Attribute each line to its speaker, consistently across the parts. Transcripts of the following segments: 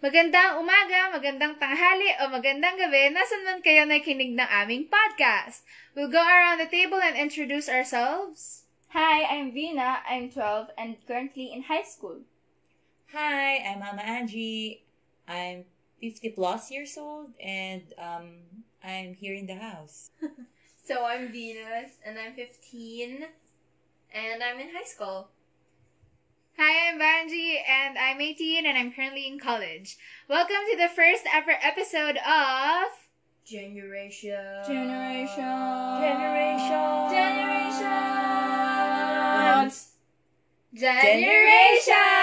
Speaker 1: Magandang umaga, magandang tanghali, o magandang gabi, nasan man kayo nakinig ng aming podcast. We'll go around the table and introduce ourselves.
Speaker 2: Hi, I'm Vina. I'm 12 and currently in high school.
Speaker 3: Hi, I'm Mama Angie. I'm 50 plus years old and um, I'm here in the house.
Speaker 4: So I'm Venus, and I'm 15, and I'm in high school.
Speaker 1: Hi, I'm Banji, and I'm 18, and I'm currently in college. Welcome to the first ever episode of...
Speaker 4: Generation.
Speaker 2: Generation.
Speaker 3: Generation.
Speaker 4: Generation.
Speaker 1: Generations!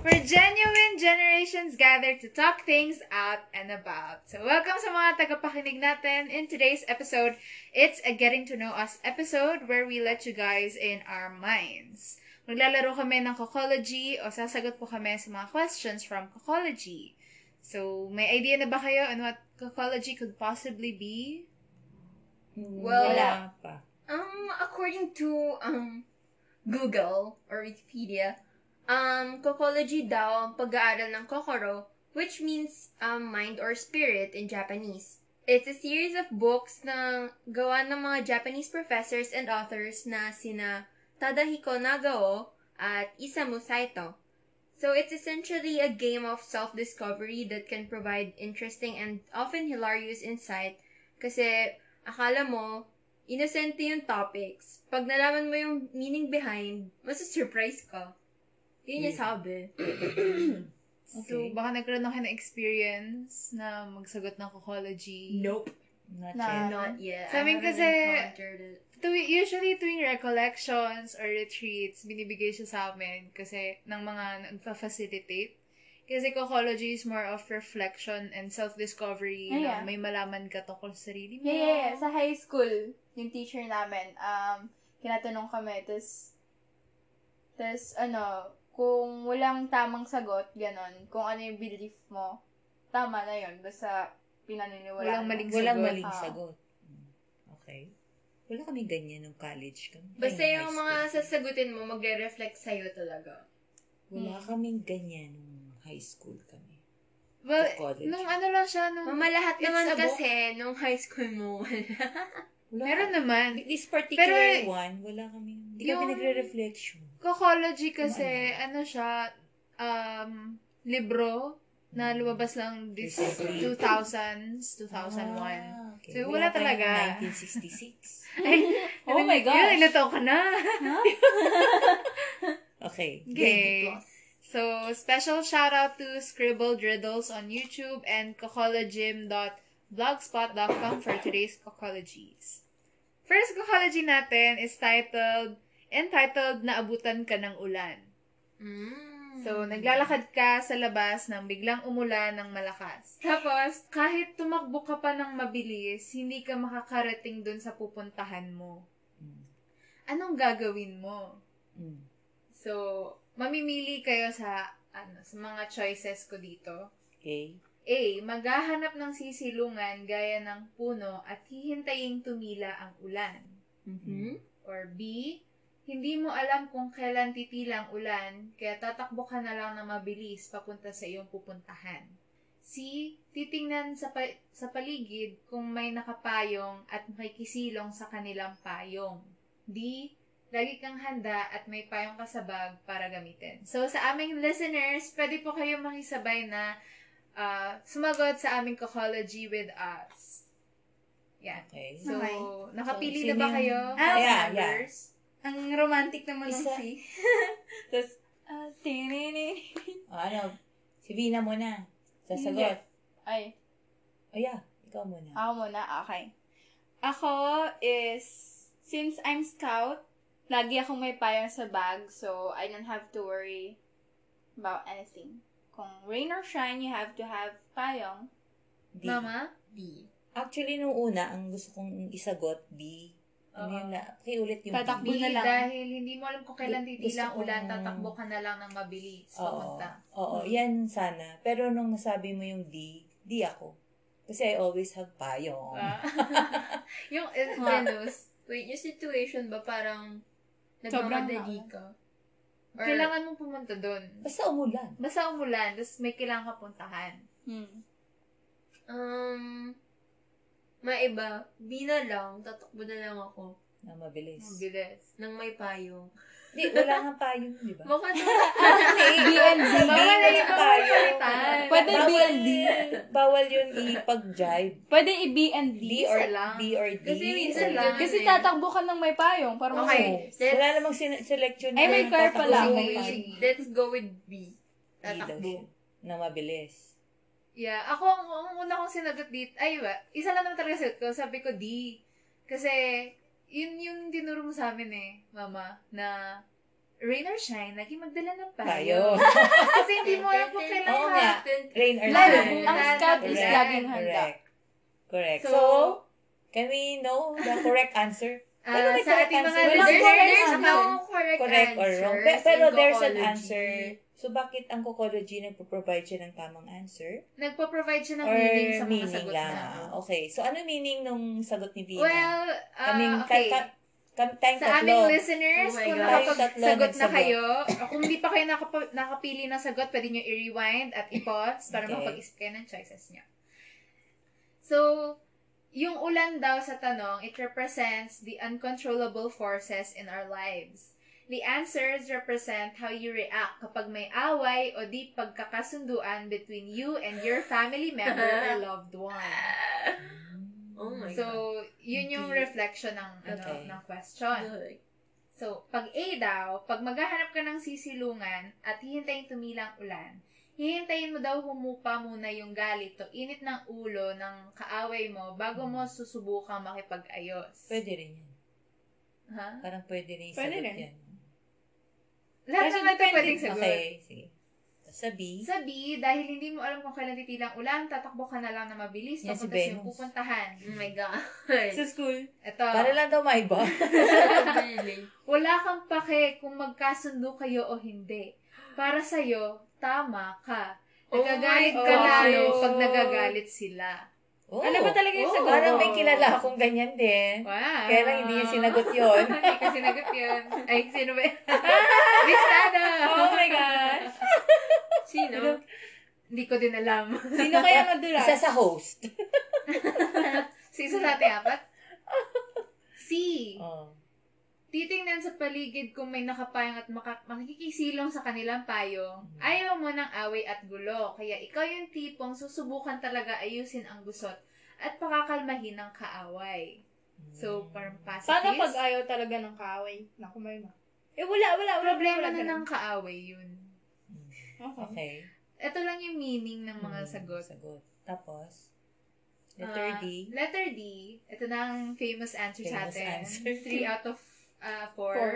Speaker 1: Where genuine generations gather to talk things out and about. So welcome sa mga tagapakinig natin. In today's episode, it's a Getting to Know Us episode where we let you guys in our minds. Maglalaro kami ng Cocology o sasagot po kami sa mga questions from Cocology. So, may idea na ba kayo on what Cocology could possibly be?
Speaker 4: Well-
Speaker 3: Wala pa.
Speaker 4: Um, according to um Google or Wikipedia, um, kokology daw ang pag-aaral ng kokoro, which means um, mind or spirit in Japanese. It's a series of books na gawa ng mga Japanese professors and authors na sina Tadahiko Nagao at Isamu Saito. So it's essentially a game of self-discovery that can provide interesting and often hilarious insight kasi akala mo inosente yung topics. Pag nalaman mo yung meaning behind, masusurprise ka. Yun yung sabi.
Speaker 1: So, baka nagkaroon na kayo ng experience na magsagot ng Cocology.
Speaker 4: Nope.
Speaker 3: Not
Speaker 1: Na-
Speaker 3: yet.
Speaker 4: Not yet.
Speaker 1: Sa
Speaker 4: I
Speaker 1: amin
Speaker 4: haven't
Speaker 1: kasi-
Speaker 4: encountered it.
Speaker 1: tuwi, usually tuwing recollections or retreats, binibigay siya sa amin kasi ng mga nagpa-facilitate. Kasi cocology is more of reflection and self-discovery na
Speaker 2: Yeah, yeah.
Speaker 1: may malaman ka tungkol sa sarili mo.
Speaker 2: Yeah, yeah, yeah. Sa high school, yung teacher namin, um, kinatanong kami, tas, tas, ano, kung walang tamang sagot, ganon, kung ano yung belief mo, tama na yun, basta pinaniniwala.
Speaker 1: Walang
Speaker 2: mo.
Speaker 1: maling
Speaker 3: Walang
Speaker 1: sagot.
Speaker 3: maling
Speaker 2: Ah.
Speaker 3: sagot. Mm, Okay. Wala kami ganyan nung college kami.
Speaker 4: Basta
Speaker 3: Ay,
Speaker 4: yung
Speaker 3: high
Speaker 4: mga
Speaker 3: school.
Speaker 4: sasagutin mo, magre-reflect sa'yo talaga.
Speaker 3: Wala kaming ganyan nung high school kami.
Speaker 1: Well,
Speaker 3: Cocology.
Speaker 1: nung ano lang siya, nung...
Speaker 4: Mama, lahat
Speaker 1: It's a
Speaker 4: naman
Speaker 1: book.
Speaker 4: kasi nung high school mo, wala.
Speaker 3: Wala
Speaker 1: Meron naman.
Speaker 3: This particular
Speaker 1: Pero-
Speaker 3: one, wala kami. Hindi
Speaker 1: Yung-
Speaker 3: kami nagre-reflection.
Speaker 1: Cocology kasi, ano siya, um, libro na lumabas lang this
Speaker 3: Recently.
Speaker 1: 2000s, 2001.
Speaker 3: Ah, okay.
Speaker 1: So, wala
Speaker 3: tayong
Speaker 1: talaga.
Speaker 3: 1966.
Speaker 1: Ay,
Speaker 3: Oh my gosh.
Speaker 1: Yun, ilan taon ka na?
Speaker 3: Okay.
Speaker 1: Okay.
Speaker 4: Plus.
Speaker 1: So, special shout out to Scribbled Riddles on YouTube and cocologym.blogspot.com for today's cocologies. First cocology natin is titled, entitled Naabutan Ka ng Ulan.
Speaker 4: Mm.
Speaker 1: So, naglalakad ka sa labas nang biglang umulan ng malakas. Tapos, kahit tumakbo ka pa ng mabilis, hindi ka makakarating dun sa pupuntahan mo.
Speaker 3: Mm.
Speaker 1: Anong gagawin mo?
Speaker 3: Mm.
Speaker 1: So, mamimili kayo sa ano, sa mga choices ko dito.
Speaker 3: Okay.
Speaker 1: A. Maghahanap ng sisilungan gaya ng puno at hihintayin tumila ang ulan. Mm-hmm.
Speaker 3: Mm-hmm.
Speaker 4: Hmm?
Speaker 1: Or B. Hindi mo alam kung kailan titila ang ulan, kaya tatakbo ka na lang na mabilis papunta sa iyong pupuntahan. C. Titingnan sa, pa- sa paligid kung may nakapayong at makikisilong sa kanilang payong. D. Lagi kang handa at may payong ka sa bag para gamitin. So, sa aming listeners, pwede po kayong makisabay na ah, sumagot sa aming Cocology with us. Yan.
Speaker 3: Okay.
Speaker 1: So,
Speaker 5: Okay.
Speaker 1: nakapili
Speaker 3: So,
Speaker 1: na ba
Speaker 3: sino
Speaker 1: kayo?
Speaker 3: yung-
Speaker 5: Ah,
Speaker 3: yeah, yeah.
Speaker 1: members?
Speaker 5: Ang romantic naman ng
Speaker 3: Isa.
Speaker 5: si. Tapos, ah, tinini.
Speaker 3: O, ano? Si Vina muna. Sasagot.
Speaker 2: Ay,
Speaker 3: O, yeah. Ikaw
Speaker 1: Ah,
Speaker 3: muna.
Speaker 2: ako Ah, muna, okay. Ako is, since I'm scout, lagi akong may payong sa bag, so I don't have to worry about anything. Kung rain or shine, you have to have payong.
Speaker 3: D.
Speaker 1: Mama?
Speaker 4: D.
Speaker 3: Actually, nung una, ang gusto kong isagot, B. Ano yun na? Pakiulit yung
Speaker 2: Tatakbo.
Speaker 3: B.
Speaker 1: Hindi,
Speaker 2: na lang.
Speaker 1: dahil hindi mo alam kung kailan
Speaker 3: Gu-
Speaker 1: titilang
Speaker 3: gusto
Speaker 1: ulan,
Speaker 3: kong-
Speaker 1: tatakbo ka na lang ng mabilis.
Speaker 3: Oo.
Speaker 1: Papunta.
Speaker 3: Oo, yan sana. Pero nung nasabi mo yung D, D ako. Kasi I always have payong.
Speaker 1: Ah. yung eh,
Speaker 2: Ah.
Speaker 1: Venus,
Speaker 4: Wait, yung situation ba parang
Speaker 2: Sobrang
Speaker 4: nagmamadali ka? Or-
Speaker 1: Kailangan mong pumunta doon.
Speaker 3: Basta umulan.
Speaker 1: Basta umulan, tapos may kailangan ka puntahan.
Speaker 2: Hmm.
Speaker 4: Um, maiba. Di na lang. Tatakbo na lang ako.
Speaker 3: Na mabilis.
Speaker 1: Mabilis.
Speaker 4: Nang may payong.
Speaker 3: Hindi, wala nga payong, di ba?
Speaker 4: Baka na.
Speaker 2: B&B.
Speaker 1: Bawal na
Speaker 3: na
Speaker 1: yung
Speaker 3: tayo.
Speaker 1: pagkakalitan.
Speaker 2: Pwede
Speaker 3: bawal,
Speaker 2: B&D.
Speaker 3: bawal yun ipag-jive.
Speaker 2: Pwede i-B&D.
Speaker 3: D or
Speaker 1: isa lang.
Speaker 3: D or D.
Speaker 4: Kasi minsan
Speaker 3: or-
Speaker 1: lang.
Speaker 2: Kasi tatakbo ka ng may payong. Parang oh.
Speaker 4: Okay. let's-
Speaker 3: Wala namang sin- selection.
Speaker 2: Ay, may
Speaker 3: na
Speaker 2: car pala.
Speaker 3: tatapusin mo
Speaker 1: Okay.
Speaker 3: yung
Speaker 1: Sige.
Speaker 4: Let's go with B.
Speaker 3: D daw siya.
Speaker 4: Tatakbo.
Speaker 3: Na mabilis.
Speaker 1: Yeah. Ako, ang, ang una kong sinagot dito, ay, wa, isa lang naman talaga sinagot ko. Sabi ko, D. Kasi, yun yung tinuro mo sa amin eh, mama, na rain or shine, lagi magdala ng payo.
Speaker 3: Tayo.
Speaker 1: Kasi hindi mo alam kung kailan
Speaker 3: Oo
Speaker 1: ka.
Speaker 3: nga. Rain or
Speaker 2: Lalo,
Speaker 3: shine.
Speaker 2: ang scout is
Speaker 3: Correct.
Speaker 2: laging handa.
Speaker 3: Correct. Correct.
Speaker 4: So-
Speaker 3: So, can we know the correct answer?
Speaker 1: Ah,
Speaker 3: Ano may
Speaker 1: sa
Speaker 3: correct
Speaker 1: ating mga
Speaker 3: answer?
Speaker 1: listeners,
Speaker 4: There's,
Speaker 2: Walang correct
Speaker 4: there's
Speaker 2: answer.
Speaker 4: no correct,
Speaker 3: Correct or
Speaker 4: answers
Speaker 3: wrong? Pe- pero
Speaker 4: in
Speaker 3: there's an
Speaker 4: cocology.
Speaker 3: answer. So, bakit ang cocology nagpo-provide siya ng tamang answer?
Speaker 1: nagpo-provide siya ng
Speaker 3: or
Speaker 1: meaning sa mga
Speaker 3: meaning
Speaker 1: sagot
Speaker 3: lang?
Speaker 1: na.
Speaker 3: Ah, Okay. So, ano meaning nung sagot ni Vina?
Speaker 1: Well, ah,
Speaker 3: Kaming,
Speaker 1: okay.
Speaker 3: ka, ka, kam, tayong
Speaker 1: sa
Speaker 3: tatlo.
Speaker 1: aming listeners,
Speaker 4: Oh my
Speaker 1: kung
Speaker 4: God.
Speaker 3: Tayong tatlo
Speaker 1: nakapagsagot na
Speaker 3: nagsagot.
Speaker 1: kayo, o kung hindi pa kayo nakapa- nakapili ng sagot, pwede nyo i-rewind at i-pause para
Speaker 3: Okay.
Speaker 1: makapag-isip kayo ng choices nyo. So, yung ulan daw sa tanong, it represents the uncontrollable forces in our lives. The answers represent how you react kapag may away o di pagkakasunduan between you and your family member or loved one.
Speaker 4: Oh my
Speaker 1: So, yun yung
Speaker 4: Hindi.
Speaker 1: reflection ng ano
Speaker 3: Okay.
Speaker 1: ng question.
Speaker 4: God.
Speaker 1: So, pag A daw, pag maghahanap ka ng sisilungan at hihintayin tumilang ulan, hihintayin mo daw humupa muna yung galit o init ng ulo ng kaaway mo bago mo susubukang makipag-ayos.
Speaker 3: Pwede rin yan.
Speaker 1: Ha?
Speaker 3: Parang pwede rin yung
Speaker 5: Pwede
Speaker 3: sagot
Speaker 5: rin.
Speaker 3: yan.
Speaker 1: Lahat
Speaker 5: Kasi
Speaker 1: naman ito
Speaker 5: depende.
Speaker 1: pwedeng sagot.
Speaker 3: Okay, sige. Sa B,
Speaker 1: Sa B, dahil hindi mo alam kung kailan titilang ulan, tatakbo ka na lang na mabilis
Speaker 3: Yan si
Speaker 1: papunta sa iyong
Speaker 3: Venus.
Speaker 1: pupuntahan.
Speaker 4: Oh my God.
Speaker 5: Sa school.
Speaker 1: Ito.
Speaker 3: para lang daw maiba.
Speaker 4: Really?
Speaker 1: Wala kang pake kung magkasundo kayo o hindi. Para sa'yo, tama ka.
Speaker 4: Oh
Speaker 1: Nagagalit ka
Speaker 4: my God.
Speaker 1: lalo pag nagagalit sila.
Speaker 3: Oh,
Speaker 1: Ano
Speaker 5: Alam mo talaga yung
Speaker 1: Oo.
Speaker 5: sagot.
Speaker 3: Parang may kilala akong ganyan din.
Speaker 1: Wow.
Speaker 3: Kaya lang hindi
Speaker 1: Ah.
Speaker 3: niya sinagot yun.
Speaker 1: hindi ko sinagot yun. Ay, sino ba? Bisada!
Speaker 5: Oh my gosh.
Speaker 4: Sino?
Speaker 1: Hindi ko din alam.
Speaker 5: Sino kaya madulas?
Speaker 3: Isa sa host.
Speaker 1: Si isa sa ating apat? C.
Speaker 3: Oh.
Speaker 1: Titingnan sa paligid kung may nakapayong at maka- makikisilong sa kanilang payong.
Speaker 3: Mm-hmm.
Speaker 1: Ayaw mo ng away at gulo, kaya ikaw yung tipong susubukan talaga ayusin ang gusot at pakakalmahin ng kaaway.
Speaker 3: Mm.
Speaker 1: So, parang pacifist.
Speaker 5: Paano pag ayaw talaga ng kaaway? Naku, may ma. Eh, wala, wala, wala.
Speaker 1: Problema
Speaker 5: wala,
Speaker 1: na
Speaker 5: wala.
Speaker 1: ng kaaway yun.
Speaker 5: Okay.
Speaker 3: Okay.
Speaker 1: Ito lang yung meaning ng mga
Speaker 3: Hmm,
Speaker 1: sagot.
Speaker 3: Sagot. Tapos,
Speaker 1: Ah,
Speaker 3: letter D.
Speaker 1: Letter D. Ito na ang famous answer sa
Speaker 3: Famous
Speaker 1: atin.
Speaker 3: answer.
Speaker 1: 3 out of ah, 4.
Speaker 5: Four.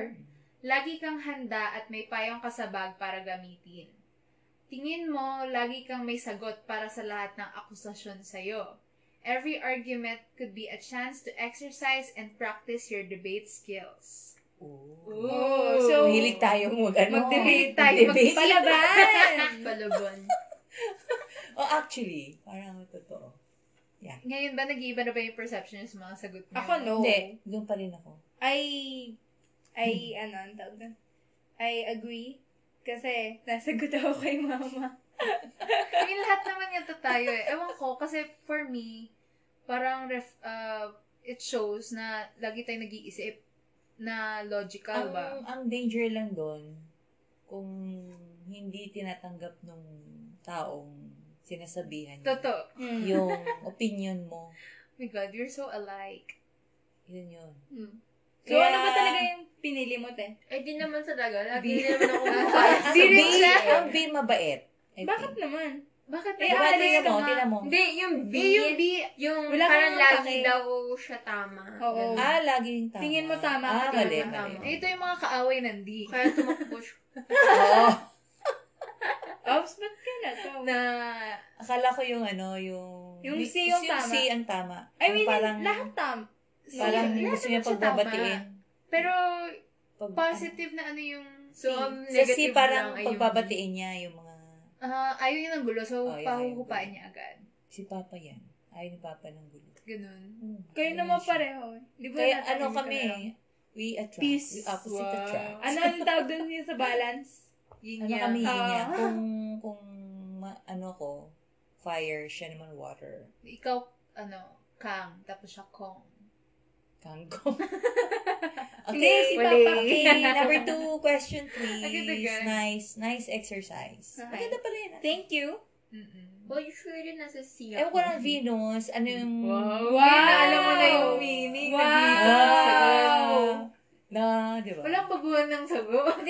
Speaker 1: Lagi kang handa at may payong kasabag para gamitin. Tingin mo, lagi kang may sagot para sa lahat ng akusasyon sa'yo. Every argument could be a chance to exercise and practice your debate skills.
Speaker 3: Oh.
Speaker 1: Ooh.
Speaker 5: so-
Speaker 3: Mahilig tayo mag, ano?
Speaker 1: Mag-debate tayo.
Speaker 3: Mag-debate.
Speaker 5: Palaban!
Speaker 4: Palaban.
Speaker 3: Oh, actually, parang totoo.
Speaker 1: Ngayon ba, nag-iiba na ba yung perception niyo sa mga sagot niyo?
Speaker 5: Ako, no.
Speaker 3: Hindi, doon pa rin ako.
Speaker 5: I, I, ano, ang tawag doon? I agree. Kasi, nasagot ako kay mama.
Speaker 1: I mean, lahat naman yata tayo eh. Ewan ko, kasi for me, parang ref, uh, it shows na lagi tayong nag-iisip na logical
Speaker 3: ang,
Speaker 1: ba?
Speaker 3: ang danger lang doon, kung hindi tinatanggap nung taong sinasabihan mo,
Speaker 1: Totoo.
Speaker 5: Mm.
Speaker 3: yung opinion mo,
Speaker 1: Oh my God, you're so alike.
Speaker 3: yun yun.
Speaker 5: So, ano ba talaga yung pinili mo, te?
Speaker 4: Eh, di naman talaga. Lagi naman ako bukas.
Speaker 3: Ang
Speaker 1: Serious
Speaker 3: B,
Speaker 1: siya?
Speaker 3: ang B mabait. I
Speaker 5: Ah, Bakit
Speaker 3: think.
Speaker 5: naman?
Speaker 1: Bakit
Speaker 5: Eh,
Speaker 1: nag-
Speaker 3: Diba,
Speaker 5: alis ka
Speaker 3: tingnan mo,
Speaker 5: nga.
Speaker 3: tingnan mo.
Speaker 4: Hindi, yung B.
Speaker 1: Eh, yung B,
Speaker 4: Yung
Speaker 5: Wala
Speaker 4: parang
Speaker 5: kang
Speaker 4: lagi
Speaker 5: pake.
Speaker 4: daw siya tama.
Speaker 5: Oo.
Speaker 4: Ganun.
Speaker 3: Ah, laging tama.
Speaker 5: Tingin mo tama,
Speaker 3: Ah,
Speaker 5: tingin
Speaker 3: mali,
Speaker 5: mo
Speaker 3: mali.
Speaker 4: tama.
Speaker 1: eh, ito yung mga kaaway ng D.
Speaker 4: Kaya tumakbo siya.
Speaker 3: Oo.
Speaker 5: Ops, ba't ka na to?
Speaker 1: Na,
Speaker 3: Akala ko yung ano, yung...
Speaker 5: Yung C yung
Speaker 3: Yung
Speaker 5: tama.
Speaker 3: C ang tama.
Speaker 5: I
Speaker 3: Yung
Speaker 5: mean,
Speaker 3: parang,
Speaker 5: lahat tam.
Speaker 3: parang
Speaker 1: Lahat naman
Speaker 3: gusto niya
Speaker 1: siya
Speaker 3: pagbabatiin.
Speaker 1: pero
Speaker 3: Pag,
Speaker 1: positive na ano yung
Speaker 4: So,
Speaker 1: C.
Speaker 4: ang
Speaker 3: Sa C,
Speaker 4: negative
Speaker 3: parang
Speaker 4: lang ay yung
Speaker 3: pagbabatiin niya yung mga
Speaker 1: Ah, ayaw niya ng gulo, so
Speaker 3: Oh, yeah,
Speaker 1: pahuhupaan
Speaker 3: ayaw.
Speaker 1: niya agad.
Speaker 3: Si Papa yan. Ayaw ni Papa ng gulo.
Speaker 1: Ganun.
Speaker 3: Hmm,
Speaker 5: Kayo
Speaker 3: ganun
Speaker 5: naman
Speaker 3: siya.
Speaker 5: pareho. Di ba
Speaker 3: Kaya
Speaker 5: nasa
Speaker 3: ano
Speaker 5: inyo
Speaker 3: kami,
Speaker 5: ka na lang?
Speaker 3: We attract.
Speaker 5: Peace.
Speaker 3: We opposite
Speaker 1: Wow.
Speaker 3: attract.
Speaker 5: Ano ang tawag doon yun sa balance?
Speaker 1: Yun
Speaker 3: Ano
Speaker 1: yan.
Speaker 3: kami yun
Speaker 5: Ah.
Speaker 3: niya? Kung, kung ma- ano ko, fire, siya naman water.
Speaker 1: Ikaw, ano, Kang, tapos siya Kong.
Speaker 3: Kangkong.
Speaker 5: Hindi, si
Speaker 3: okay, wala.
Speaker 5: Papa.
Speaker 3: Okay, number two question, please.
Speaker 1: Ang ganda, guys.
Speaker 3: Nice. Nice exercise.
Speaker 5: Okay.
Speaker 3: Ang ganda pala yun. ah.
Speaker 5: Thank you.
Speaker 1: Mm-mm.
Speaker 4: Well, Oh, you sure din nasa sea.
Speaker 3: Ewan ko ng Venus. Ano yung...
Speaker 1: Wow.
Speaker 5: Wow!
Speaker 1: Kaya alam mo na yung meaning.
Speaker 5: Wow!
Speaker 1: Wow!
Speaker 3: Na, di ba?
Speaker 1: Walang baguhan ng sagot.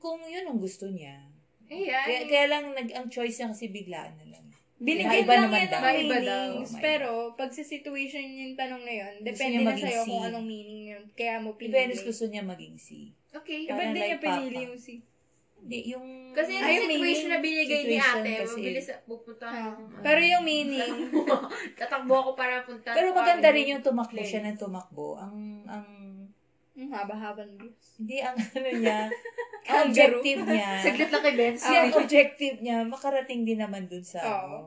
Speaker 3: Kung yun ang gusto niya.
Speaker 1: Ayan.
Speaker 3: Kaya, kaya lang, nag, ang choice niya kasi biglaan na lang.
Speaker 5: Binigyan
Speaker 3: Iba
Speaker 5: lang
Speaker 3: naman
Speaker 5: yan
Speaker 3: daw.
Speaker 5: ng
Speaker 1: Iba daw.
Speaker 5: meanings.
Speaker 3: Oh my
Speaker 5: pero, pag sa situation yung tanong na yun,
Speaker 3: Gusto
Speaker 5: depende
Speaker 3: niya
Speaker 5: na
Speaker 3: maging
Speaker 5: sa'yo
Speaker 3: C.
Speaker 5: kung anong meaning yun. Kaya mo
Speaker 3: Si
Speaker 5: pinili.
Speaker 3: Venus gusto niya maging si.
Speaker 1: Okay.
Speaker 5: Iba
Speaker 3: Parang
Speaker 5: din niya
Speaker 3: like
Speaker 5: pinili
Speaker 3: Papa.
Speaker 5: yung si.
Speaker 3: Hindi, yung...
Speaker 4: Kasi yung
Speaker 5: Ay,
Speaker 4: situation
Speaker 5: meaning.
Speaker 4: na binigay ni
Speaker 3: Situation
Speaker 4: ate,
Speaker 3: kasi.
Speaker 4: mabilis na pupunta.
Speaker 5: Ah.
Speaker 4: ng-
Speaker 5: Pero yung meaning,
Speaker 4: Tatakbo ako para punta.
Speaker 3: Pero maganda rin yung tumakbo
Speaker 4: Place.
Speaker 3: siya ng tumakbo. Ang, ang,
Speaker 5: ang haba-haba ng Diyos.
Speaker 3: hindi ang ano niya, ang
Speaker 5: Kangaroo.
Speaker 3: objective niya.
Speaker 1: Saglit lang kay Benz.
Speaker 3: Kasi ang objective niya, makarating din naman dun sa,
Speaker 5: Oo.
Speaker 3: ano,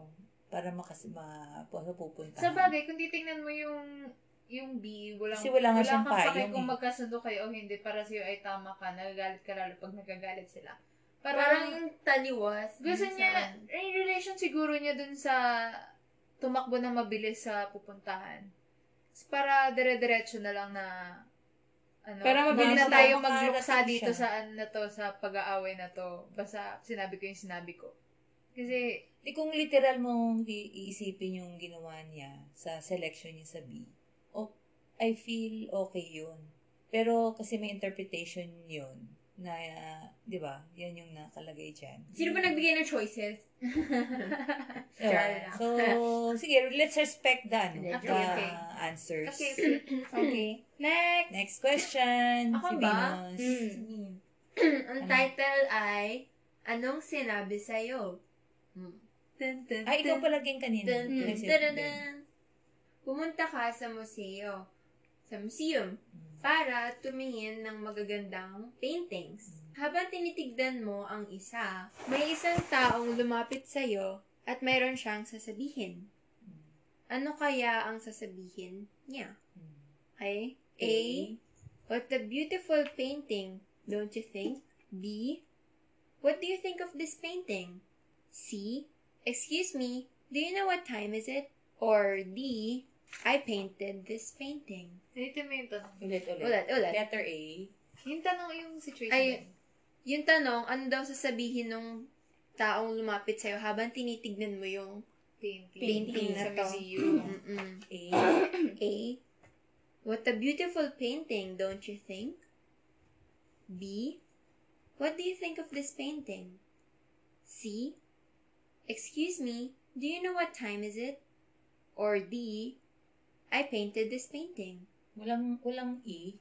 Speaker 3: para makas, ma, pupunta.
Speaker 1: Sa bagay, kung titingnan mo yung yung B, walang,
Speaker 3: Kasi wala nga siyang
Speaker 1: kang
Speaker 3: payong
Speaker 1: pake kung
Speaker 3: eh.
Speaker 1: magkasundo kayo o hindi. Para sa'yo ay tama ka. Nagagalit ka lalo pag nagagalit sila. Parang,
Speaker 4: Parang yung taliwas.
Speaker 1: gusto
Speaker 4: dun
Speaker 1: niya,
Speaker 4: saan.
Speaker 1: yung relation siguro niya dun sa tumakbo na mabilis sa pupuntahan. Tapos Para dire-diretso na lang na ano,
Speaker 5: Para mabilis
Speaker 1: hindi na
Speaker 5: na
Speaker 1: tayo
Speaker 3: makarating
Speaker 1: magluksa
Speaker 3: siya.
Speaker 1: dito sa ano na to, sa pag-aaway na to. Basta sinabi ko yung sinabi ko. Kasi,
Speaker 3: Di kung literal mong i- iisipin yung ginawa niya sa selection niya sa B, o, I feel okay yun. Pero kasi may interpretation yun na, ah, di ba, yan yung nakalagay dyan.
Speaker 4: Sino ba nagbigay ng choices?
Speaker 3: Diba?
Speaker 4: Sure na.
Speaker 3: So, sige, let's respect the, ano,
Speaker 4: Okay,
Speaker 3: the
Speaker 1: okay.
Speaker 3: answers.
Speaker 1: okay,
Speaker 5: Okay. Next!
Speaker 3: Next question.
Speaker 4: Ako
Speaker 3: si
Speaker 4: ba? Hmm.
Speaker 3: Venus.
Speaker 5: Mm.
Speaker 4: Ang
Speaker 3: Ano?
Speaker 4: title ay, Anong Sinabi Sa'yo? Hmm. Dun, dun,
Speaker 3: Ay, Ah, ikaw
Speaker 4: dun,
Speaker 3: pala ging kanina.
Speaker 4: dun,
Speaker 5: Mm.
Speaker 4: dun,
Speaker 3: Kasi-
Speaker 4: dun, dun. Pumunta ka sa museo, sa museum, para tumingin ng magagandang paintings. Habang tinitigdan mo ang isa, may isang taong lumapit sa'yo at mayroon siyang sasabihin. Ano kaya ang sasabihin niya? Ay, A. What a beautiful painting, don't you think? B. What do you think of this painting? C. Excuse me, do you know what time is it? Or D. I painted this painting.
Speaker 1: ulitin mo yung tanong.
Speaker 3: Ulit, ulit.
Speaker 4: Ulat, ulat.
Speaker 3: Letter A.
Speaker 1: Yung tanong yung situation.
Speaker 4: Ay, Yung tanong, ano daw sasabihin nung taong lumapit sa'yo habang tinitignan mo yung
Speaker 1: painting.
Speaker 4: painting na
Speaker 1: sa
Speaker 4: to.
Speaker 1: museum.
Speaker 4: mm
Speaker 3: A.
Speaker 4: A. What a beautiful painting, don't you think? B. What do you think of this painting? C. Excuse me, do you know what time is it? Or D. I painted this painting.
Speaker 3: Walang, walang E.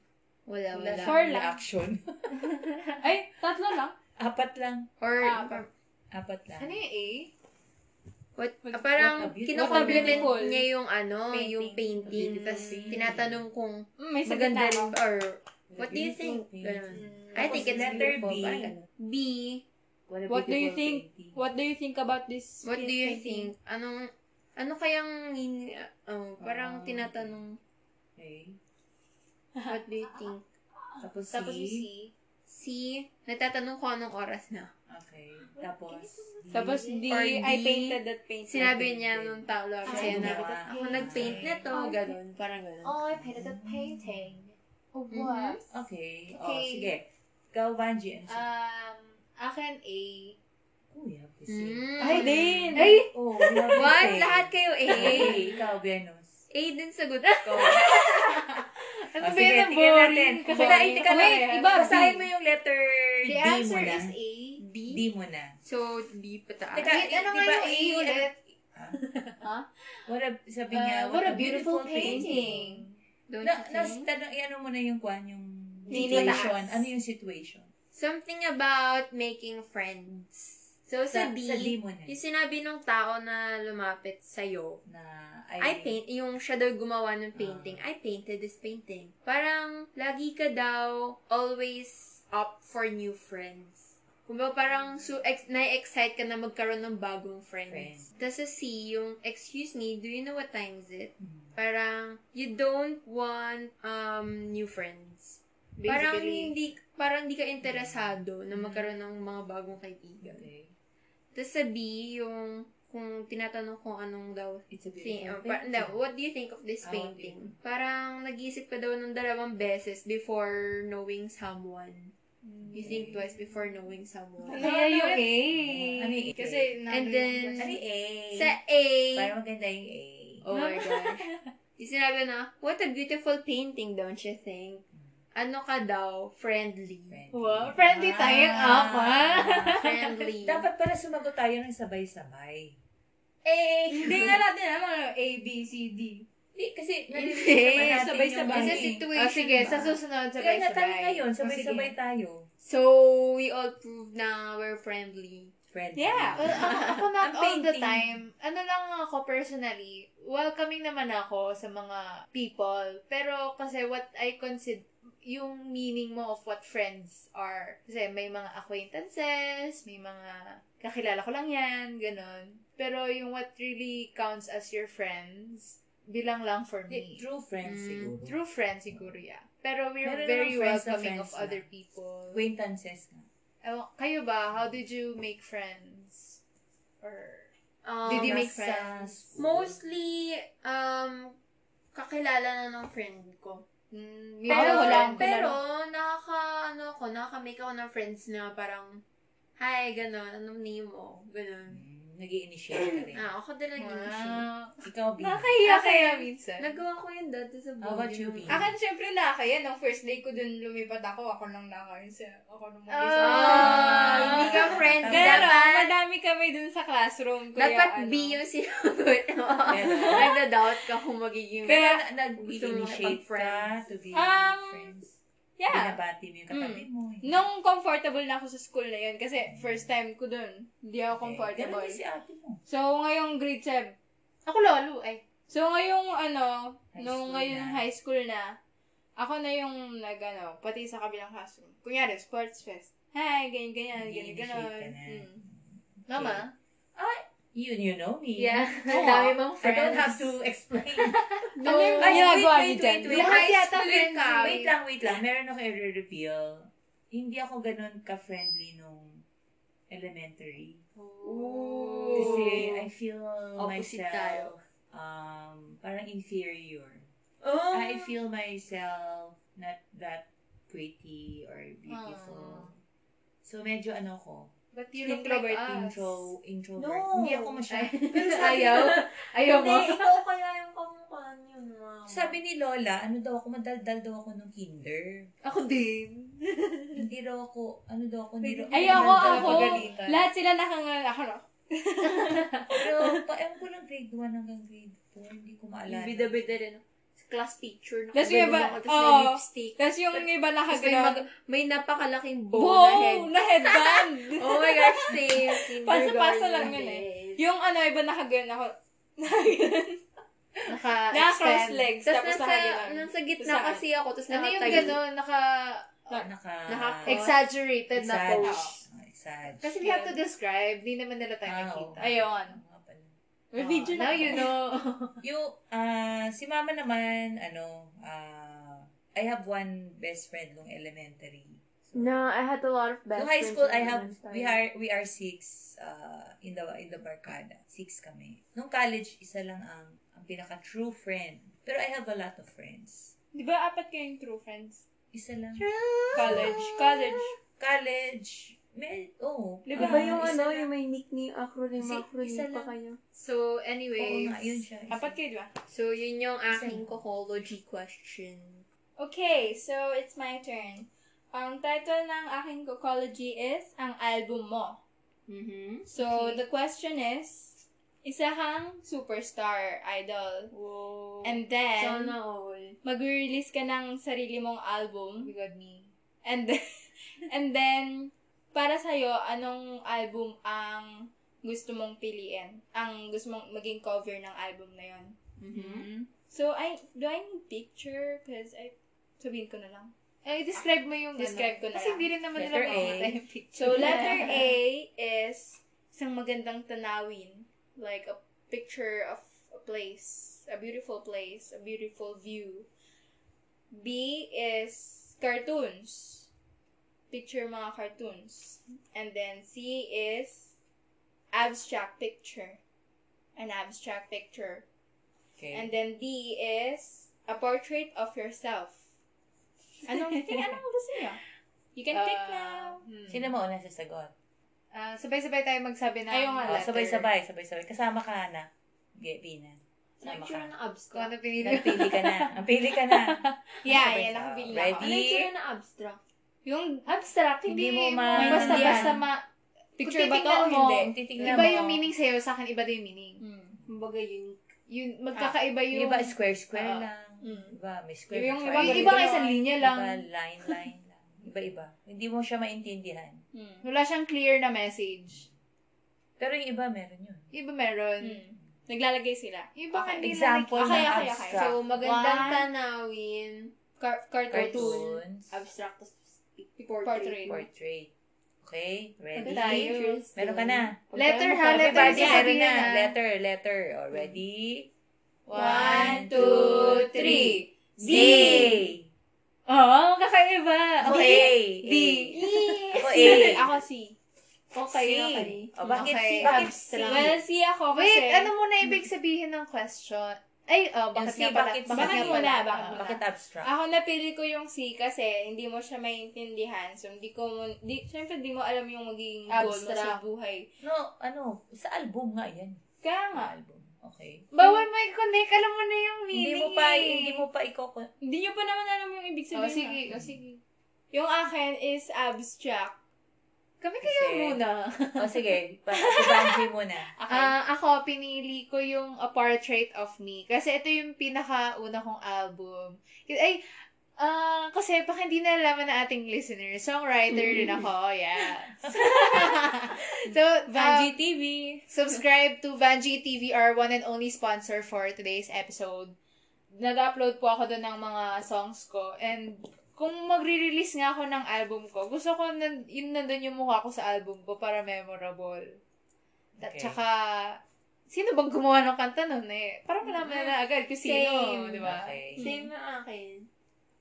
Speaker 4: Wala,
Speaker 3: Walang
Speaker 4: wala.
Speaker 5: Sure lang.
Speaker 3: reaction.
Speaker 5: Ay, tatlo lang.
Speaker 3: Apat lang.
Speaker 4: Or,
Speaker 5: Ah,
Speaker 4: or
Speaker 3: Apat lang.
Speaker 1: Ano yung A?
Speaker 4: what,
Speaker 5: What-
Speaker 4: ah, parang
Speaker 3: what a beaut-
Speaker 4: kinocomplement
Speaker 5: what a beautiful
Speaker 4: niya yung ano,
Speaker 5: painting.
Speaker 4: yung painting. Tapos
Speaker 3: Painting.
Speaker 4: tinatanong kung
Speaker 5: Mm, may sagot
Speaker 4: maganda
Speaker 5: na
Speaker 4: rin
Speaker 5: ako.
Speaker 4: ba or what do you think?
Speaker 3: Beautiful
Speaker 4: Ganun.
Speaker 3: painting.
Speaker 4: I think it's
Speaker 3: letter
Speaker 4: beautiful.
Speaker 3: B.
Speaker 4: Parang ganun. B.
Speaker 3: a
Speaker 5: What do you
Speaker 3: beautiful
Speaker 5: think?
Speaker 3: painting.
Speaker 5: What do you think about this
Speaker 4: What do you
Speaker 5: painting?
Speaker 4: think? Anong, ano kayang, in, oh,
Speaker 1: Um,
Speaker 4: parang
Speaker 3: Ah.
Speaker 4: tinatanong,
Speaker 3: Okay.
Speaker 4: what do you think?
Speaker 3: Tapos,
Speaker 1: Tapos
Speaker 3: C.
Speaker 1: yung C.
Speaker 4: Si, natatanong ko anong oras na.
Speaker 3: Okay. Tapos, D.
Speaker 5: Tapos, D,
Speaker 4: Or
Speaker 5: I
Speaker 4: D.
Speaker 5: painted that painting.
Speaker 4: Sinabi niya nung tao lang
Speaker 3: Ay,
Speaker 4: sa'yo na,
Speaker 3: gumawa.
Speaker 4: ako nag-paint na to, ganun, parang ganun.
Speaker 1: Oh, I painted a painting. Oh,
Speaker 4: what?
Speaker 3: Okay. O,
Speaker 1: Okay.
Speaker 3: sige. Ikaw, Banji. Ano siya?
Speaker 1: Um, akin A. Hmm.
Speaker 3: Oh, we have the same.
Speaker 4: Mm.
Speaker 5: Ay, din!
Speaker 4: Ay,
Speaker 3: Oh, we have the
Speaker 4: what?
Speaker 3: same.
Speaker 4: Lahat kayo A.
Speaker 3: Hey, ikaw, Venus.
Speaker 4: A din sagot ko.
Speaker 5: Ano
Speaker 3: Ah,
Speaker 5: ba
Speaker 3: sige,
Speaker 5: yan ang
Speaker 3: tingnan
Speaker 5: boring?
Speaker 3: natin.
Speaker 5: Kasi
Speaker 3: Wait,
Speaker 5: na-
Speaker 3: teka lang.
Speaker 5: Wait, iba.
Speaker 3: Basahin mo yung letter
Speaker 1: The
Speaker 3: D
Speaker 1: answer
Speaker 3: muna.
Speaker 1: is A.
Speaker 3: D
Speaker 4: B.
Speaker 3: muna.
Speaker 4: So, B pataas.
Speaker 3: Teka,
Speaker 1: Wait, ano
Speaker 3: di
Speaker 1: nga
Speaker 3: ba
Speaker 1: yung A
Speaker 3: A
Speaker 1: ulit?
Speaker 3: What a, sabi
Speaker 1: Uh,
Speaker 3: niya,
Speaker 1: what a beautiful painting.
Speaker 4: Don't
Speaker 3: Na,
Speaker 4: you
Speaker 3: nas,
Speaker 4: think?
Speaker 3: tanong, ano mo na yung kwan, yung
Speaker 4: Meaning.
Speaker 3: situation.
Speaker 4: Pataas.
Speaker 3: Ano yung situation?
Speaker 4: Something about making friends. So, sa,
Speaker 3: Sa-
Speaker 4: B,
Speaker 3: sa D muna.
Speaker 4: yung sinabi ng tao na lumapit sa'yo,
Speaker 3: Na,
Speaker 4: I paint, yung siya daw gumawa ng painting. I painted this painting. Parang, lagi ka daw always up for new friends. Kumbaga parang su- ex- na-excite ka na magkaroon ng bagong
Speaker 3: Friends.
Speaker 4: friends. Tapos sa C, yung, excuse me, do you know what time is it?
Speaker 3: Mm.
Speaker 4: Parang, you don't want um new friends. Parang
Speaker 1: Basically,
Speaker 4: hindi, parang hindi ka interesado na magkaroon ng mga bagong kaibigan.
Speaker 3: Okay.
Speaker 4: Tapos sa B, yung kung tinatanong kung anong daw
Speaker 3: It's a
Speaker 4: thing,
Speaker 3: beautiful
Speaker 4: or pa-
Speaker 3: thing.
Speaker 4: no, what do you think of this
Speaker 3: Ah,
Speaker 4: painting? Parang nag-iisip ka daw ng dalawang beses before knowing someone. You think twice before knowing someone.
Speaker 3: Kaya yung A.
Speaker 2: Ano yung Kasi,
Speaker 4: And
Speaker 2: nandun
Speaker 4: then,
Speaker 2: yung-
Speaker 3: Ano yung A?
Speaker 4: Sa A,
Speaker 3: Parang maganda yung A.
Speaker 4: oh my gosh. Yung sinabi na, what a beautiful painting, don't you think? Ano ka daw? Friendly.
Speaker 3: Friendly. Ah.
Speaker 6: Wow, friendly tayo. Ako.
Speaker 4: Friendly.
Speaker 3: Dapat para sumagot tayo ng sabay-sabay.
Speaker 2: Eh, hindi nga natin alam ano, A, B, C, D.
Speaker 3: Hindi, kasi
Speaker 4: Hindi,
Speaker 2: sabay-sabay.
Speaker 4: Kasi
Speaker 2: Ano eh?
Speaker 4: situation
Speaker 1: Oh, sige,
Speaker 4: ba?
Speaker 1: sa susunod,
Speaker 3: Sabay-sabay.
Speaker 1: sabay-sabay.
Speaker 3: Kaya ngayon,
Speaker 1: Oh, sige.
Speaker 3: sabay-sabay tayo.
Speaker 4: So, we all proved na we're friendly.
Speaker 3: Friendly.
Speaker 2: Yeah.
Speaker 1: Well, ako, ako not
Speaker 2: Ang
Speaker 1: all the
Speaker 2: painting.
Speaker 1: time. Ano lang ako personally, welcoming naman ako sa mga people. Pero kasi what I consider, yung meaning mo of what friends are. Kasi may mga acquaintances, may mga kakilala ko lang yan, ganun. Pero yung what really counts as your friends, bilang lang for me.
Speaker 3: Hindi, True friends
Speaker 4: Mm,
Speaker 3: siguro.
Speaker 1: True friends siguro, yeah. Pero we're
Speaker 3: Meron
Speaker 1: very
Speaker 3: namang friends na
Speaker 1: welcoming of
Speaker 3: friends na.
Speaker 1: other people.
Speaker 3: Acquaintances nga.
Speaker 1: Ewan- kayo ba, how did you make friends? Or
Speaker 4: Um,
Speaker 1: Did you make
Speaker 3: Nasa
Speaker 1: friends?
Speaker 3: school.
Speaker 4: Mostly, um, kakilala na ng friend ko.
Speaker 1: Mm,
Speaker 4: Pero,
Speaker 1: pero,
Speaker 6: wala akong
Speaker 4: pero, nakaka, ano ako, nakaka-make ako ng friends na parang, hi, ganon, anong name mo? Ganon.
Speaker 3: Mm, Nag-i-initiate ka rin.
Speaker 4: Ah, ako din nag
Speaker 1: Wow.
Speaker 3: Ikaw, B.
Speaker 1: Nakakahiya kaya minsan.
Speaker 4: Nagawa ko yun dati sa
Speaker 3: How about you, B?
Speaker 2: Akin, syempre, nakakaya. Nung first day ko dun lumipat ako, ako lang nakakain sa, ako nung mag-isa.
Speaker 4: Ah, hindi ka friend.
Speaker 3: Tama.
Speaker 2: Kaya
Speaker 4: dapat,
Speaker 2: madami kami dun sa classroom. Kaya,
Speaker 4: dapat
Speaker 2: ano,
Speaker 4: B yung sinagot mo. Nagda-doubt ka kung magiging
Speaker 2: Pero,
Speaker 3: Kaya na-
Speaker 4: Gusto
Speaker 3: nag-initiate
Speaker 4: mo makipag-friends.
Speaker 3: ka to be
Speaker 2: Um,
Speaker 3: friends.
Speaker 2: Yeah. Mm.
Speaker 3: Binabati mo yung katabi mo. eh.
Speaker 2: Nung comfortable na ako sa school na yun, kasi first time ko dun, hindi ako comfortable.
Speaker 3: Eh, Ganun din si ate mo.
Speaker 2: So, ngayong grade 7.
Speaker 1: Ako lalo, ay.
Speaker 2: So, ngayong ano,
Speaker 3: High
Speaker 2: nung
Speaker 3: school
Speaker 2: ngayong
Speaker 3: na.
Speaker 2: high school na, ako na yung nag, ano, pati sa kabilang classroom. Kunyari, sports fest. Hi, ganyan, ganyan, ganyan,
Speaker 3: Nag-initiate
Speaker 2: ganun.
Speaker 3: ka na.
Speaker 2: Hmm.
Speaker 1: Mama?
Speaker 3: You, you know me.
Speaker 1: Yeah. Ang dami mong
Speaker 3: I
Speaker 1: friends.
Speaker 3: don't have to explain.
Speaker 1: No.
Speaker 2: Ano yung- Ay, ginagawa niyo dyan?
Speaker 4: wait,
Speaker 1: Lahat
Speaker 4: high
Speaker 1: yata
Speaker 4: school
Speaker 1: friends
Speaker 4: ka.
Speaker 1: yun.
Speaker 3: wait lang, wait lang. Meron ako i-reveal. Hindi ako ganun ka-friendly nung elementary. Kasi
Speaker 2: Oh.
Speaker 3: I feel
Speaker 4: Opposite
Speaker 3: myself
Speaker 4: tayo.
Speaker 3: um parang inferior.
Speaker 4: Oh.
Speaker 3: I feel myself not that pretty or beautiful. So medyo ano ko,
Speaker 1: But you look like
Speaker 2: Introvert,
Speaker 1: us.
Speaker 3: intro, introvert.
Speaker 4: No.
Speaker 3: Hindi ako masyado.
Speaker 1: Ayaw. Ayaw mo.
Speaker 4: ikaw kaya yung kamukhaan yun, ma'am.
Speaker 3: Sabi ni Lola, ano daw ako, madaldal daw ako nung kinder.
Speaker 1: Ako din.
Speaker 3: Hindi daw ako, ano daw ako, hindi daw
Speaker 2: Ayoko
Speaker 3: madaldal,
Speaker 2: ako.
Speaker 3: pagalitan.
Speaker 2: Lahat sila nakangal. Ako na.
Speaker 3: Pero, pa, ewan ko lang grade 1 hanggang grade 4, hindi ko maalala.
Speaker 4: Yung bida-bida rin. Sa class picture,
Speaker 2: Tapos yung
Speaker 4: nakabalo ako,
Speaker 2: iba-
Speaker 4: tapos may
Speaker 2: oo.
Speaker 4: lipstick.
Speaker 2: Tapos yung iba
Speaker 4: Tapos may,
Speaker 2: nakagalaw.
Speaker 4: mag- may napakalaking bow na head.
Speaker 2: Wow! Na headband!
Speaker 4: Oh my gosh, same. Kinder
Speaker 2: Pasa-pasa
Speaker 4: garden.
Speaker 2: lang yun eh. yung ano, iba nakagano'n ako.
Speaker 1: Naka-extend.
Speaker 2: Naka-cross legs.
Speaker 4: Tapos
Speaker 2: Tapos
Speaker 4: nasa,
Speaker 2: nakagano'n.
Speaker 4: nasa gitna
Speaker 2: Saan?
Speaker 4: kasi ako, tapos
Speaker 1: Ano yung
Speaker 4: nakatayo.
Speaker 1: gano'n? Naka-exaggerated
Speaker 3: Ah, Naka, Ah,
Speaker 4: Naka-
Speaker 1: na pose.
Speaker 3: Exag.
Speaker 1: Kasi we have to describe. Di naman nila tayo
Speaker 3: Ah, oo.
Speaker 1: nakita.
Speaker 2: Ayun.
Speaker 3: Oo nga pala.
Speaker 2: Video
Speaker 1: Now you know.
Speaker 3: Yung, ah, si mama naman, ano, ah, I have one best friend nung elementary. So,
Speaker 6: I had a lot of
Speaker 3: nung high school, I have, we are, we are six, ah, in the, in the barkada. Six kami. Nung college, isa lang ang, ang pinaka-true friend. Pero I have a lot of friends.
Speaker 2: Di ba apat kayong true friends?
Speaker 3: Isa lang.
Speaker 2: College. College.
Speaker 3: College, may, oh.
Speaker 6: Di
Speaker 2: Di ba
Speaker 6: ba yung
Speaker 3: isa
Speaker 6: ano,
Speaker 3: lang.
Speaker 6: yung may nickname, acronym,
Speaker 3: Kasi
Speaker 6: acronym
Speaker 3: isa
Speaker 6: pa
Speaker 3: lang.
Speaker 6: kayo?
Speaker 1: So,
Speaker 3: Oo
Speaker 1: anyways.
Speaker 3: nga, yun siya. Isa.
Speaker 2: Apat kayo, di ba?
Speaker 4: So, yun yung aking kokology question.
Speaker 2: Okay, so it's my turn. Ang title ng aking Cocology is Ang Album Mo.
Speaker 4: Mm-hmm.
Speaker 2: So, the question is, isa kang superstar idol.
Speaker 1: Whoa.
Speaker 2: And then,
Speaker 6: ano?
Speaker 4: Sana all.
Speaker 2: mag-release ka ng sarili mong album.
Speaker 1: You got me.
Speaker 2: And then, and then para sa anong album ang gusto mong piliin? Ang gusto mong maging cover ng album na 'yon.
Speaker 4: Mm-hmm.
Speaker 2: So I do I need picture cuz I sabihin ko na lang.
Speaker 1: I Ay, Eh, describe mo yung
Speaker 2: Describe ko
Speaker 1: ganun.
Speaker 2: na
Speaker 1: Kasi
Speaker 2: lang.
Speaker 1: hindi rin naman nila
Speaker 3: Letter A.
Speaker 1: makakita yung picture.
Speaker 2: So, letter A is isang magandang tanawin. Like a picture of a place. A beautiful place. A beautiful view. B is cartoons. Picture mga cartoons. And then C is abstract picture. An abstract picture.
Speaker 3: Okay.
Speaker 2: And then D is a portrait of yourself. Anong, think, anong gusto niyo? You can pick
Speaker 1: Ah,
Speaker 2: now.
Speaker 1: hmm.
Speaker 3: Sino mo una sasagot?
Speaker 1: Ah, sabay-sabay tayo magsabi ng
Speaker 2: Ayun nga,
Speaker 3: Oh,
Speaker 2: Letter.
Speaker 3: sabay-sabay, sabay-sabay. Kasama ka na. Sige, Pina. Kasama
Speaker 4: Nagtsura
Speaker 3: ka.
Speaker 4: ng
Speaker 1: Kung ano
Speaker 4: abstract.
Speaker 1: pinili mo.
Speaker 3: Nagpili ka na. Ang pili ka na.
Speaker 2: Yeah,
Speaker 3: Sabay-sabay.
Speaker 2: yeah, nakabili na ako.
Speaker 4: Ano
Speaker 3: Ready?
Speaker 4: yung ng abstract?
Speaker 2: Yung
Speaker 1: Abstract,
Speaker 3: Hindi
Speaker 1: hindi,
Speaker 3: mo
Speaker 1: mo,
Speaker 3: ma-
Speaker 1: basta-basta
Speaker 2: Hindi
Speaker 1: ma...
Speaker 2: picture
Speaker 1: Kung
Speaker 2: ba to o
Speaker 1: titingnan mo, hmm,
Speaker 2: hindi?
Speaker 3: Kung titignan
Speaker 1: Iba
Speaker 3: mo,
Speaker 1: yung meaning sa'yo, sa akin iba din yung meaning.
Speaker 2: Mm.
Speaker 4: Kumbaga unique.
Speaker 1: Yun, magkakaiba yung...
Speaker 3: Iba square-square
Speaker 1: Oo.
Speaker 3: lang.
Speaker 2: Mm.
Speaker 3: Iba, may square.
Speaker 2: Yung
Speaker 3: may
Speaker 2: iba,
Speaker 1: yung
Speaker 3: triangle.
Speaker 1: iba nga isang linya lang.
Speaker 3: Iba, line, line lang. Iba-iba. Hindi mo siya maintindihan.
Speaker 2: Mm.
Speaker 1: Wala siyang clear na message.
Speaker 3: Pero yung iba, meron yun.
Speaker 1: Iba meron.
Speaker 2: Mm. Naglalagay sila.
Speaker 1: Iba nga
Speaker 3: Hmm. Okay,
Speaker 1: hindi
Speaker 3: example
Speaker 4: Ah,
Speaker 2: Okay,
Speaker 3: ng
Speaker 2: okay, okay.
Speaker 3: abstract.
Speaker 4: So, magandang
Speaker 2: One.
Speaker 4: tanawin,
Speaker 2: Car- cartoons.
Speaker 3: Cartoons.
Speaker 4: abstract, tapos portrait.
Speaker 2: Portrait.
Speaker 3: Portrait. Okay, ready?
Speaker 1: Pagka tayo.
Speaker 3: Meron ka na.
Speaker 1: Letter ha, letter yung
Speaker 3: Everybody, meron
Speaker 1: sasabihin
Speaker 3: na.
Speaker 1: ha.
Speaker 3: Letter, letter. O, ready?
Speaker 2: One, two, three.
Speaker 3: Z!
Speaker 1: Oo, oh, kakaiba.
Speaker 3: Ako
Speaker 1: Okay.
Speaker 3: A.
Speaker 1: D.
Speaker 3: Ako
Speaker 2: C.
Speaker 3: A.
Speaker 2: Ako C.
Speaker 3: C.
Speaker 4: Okay, okay.
Speaker 3: O, bakit
Speaker 1: Okay,
Speaker 3: C? Bakit C?
Speaker 4: abstract.
Speaker 2: Well, C ako kasi...
Speaker 1: Wait, ano muna ibig sabihin ng question? Ay, oh, bakit nga
Speaker 3: Yung C,
Speaker 1: pala?
Speaker 3: bakit-
Speaker 1: bakit nga
Speaker 2: bakit
Speaker 1: pala? Ah.
Speaker 2: muna, bakit muna?
Speaker 3: Bakit abstract?
Speaker 2: Ako napili ko yung C kasi hindi mo siya maintindihan. So, hindi ko mo... Di, syempre, di mo alam yung magiging goal mo sa
Speaker 1: Abstract.
Speaker 2: buhay.
Speaker 3: No, ano, sa album nga yan.
Speaker 2: Kaya nga,
Speaker 3: Sa album. Okay.
Speaker 1: Bawal mo i-connect, alam mo na yung meaning.
Speaker 3: Hindi mo pa,
Speaker 1: eh.
Speaker 3: hindi mo pa iko
Speaker 2: hindi nyo pa naman alam yung ibig
Speaker 1: Oh,
Speaker 2: sabihin.
Speaker 1: sige,
Speaker 2: na.
Speaker 1: oh, sige.
Speaker 2: Yung akin is abstract.
Speaker 1: Kami kaya
Speaker 3: Kasi-
Speaker 1: muna.
Speaker 3: O, sige. Pa, Banji muna.
Speaker 2: Okay.
Speaker 1: Ah, ako, pinili ko yung A Portrait of Me. Kasi ito yung pinakauna kong album. Ay, ah, kasi baka hindi nalaman na ating listener. Songwriter din ako, yeah. so, um,
Speaker 2: Vanji TV.
Speaker 1: subscribe to Vanji TV, our one and only sponsor for today's episode. Nag-upload po ako doon ng mga songs ko. And kung magre-release nga ako ng album ko, gusto ko nan- yun nandun yung mukha ko sa album ko para memorable. At
Speaker 3: Okay.
Speaker 1: saka, sino bang gumawa ng kanta nun eh? Parang malaman na na agad kung sino,
Speaker 2: Same.
Speaker 1: di ba?
Speaker 3: Okay.
Speaker 4: Mm-hmm. Same na akin.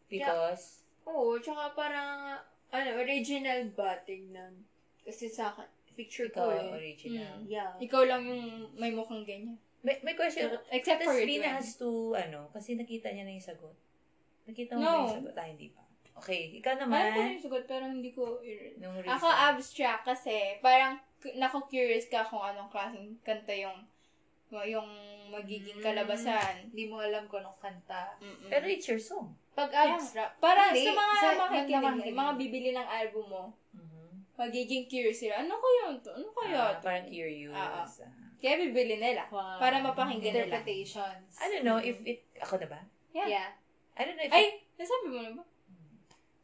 Speaker 3: Because,
Speaker 4: Hmm. Oo, tsaka parang, ano, original batting nun. Kasi sa akin, picture ko
Speaker 3: ikaw ang
Speaker 4: eh.
Speaker 3: original.
Speaker 4: Yeah.
Speaker 2: Ikaw lang yung may mukhang ganyan.
Speaker 3: May, may question.
Speaker 2: Except for
Speaker 3: Tapos
Speaker 2: it.
Speaker 3: Pina has to, ano, kasi nakita niya na yung sagot. Nakita mo
Speaker 2: No.
Speaker 3: na yung sagot. Ah, hindi pa. Okay, ikaw
Speaker 2: Meron ko na
Speaker 3: naman.
Speaker 2: yung sagot, pero hindi ko... i-
Speaker 3: Nung reason.
Speaker 2: Ako abstract kasi parang k- naku-curious ka kung anong klaseng kanta yung yung magiging kalabasan.
Speaker 1: Hindi mo alam kung anong kanta.
Speaker 2: Mm-mm.
Speaker 3: Pero it's your song.
Speaker 1: Pag abstract,
Speaker 2: Para
Speaker 1: Hindi,
Speaker 2: sa mga
Speaker 1: sa-
Speaker 2: makikinig,
Speaker 1: makikinig.
Speaker 2: mga bibili ng album mo,
Speaker 3: Mhm.
Speaker 2: magiging curious sila. Ano kaya to? Ano kaya
Speaker 3: Ah,
Speaker 2: to?
Speaker 3: parang curious.
Speaker 2: Ah, ah.
Speaker 3: Ah.
Speaker 2: Kaya bibili nila.
Speaker 1: wow.
Speaker 2: Para mapakinggan nila.
Speaker 1: interpretations.
Speaker 3: I don't know if it, ako na ba?
Speaker 1: Yeah.
Speaker 3: I don't know if it,
Speaker 2: Mm. Ay, nasabi mo na ba?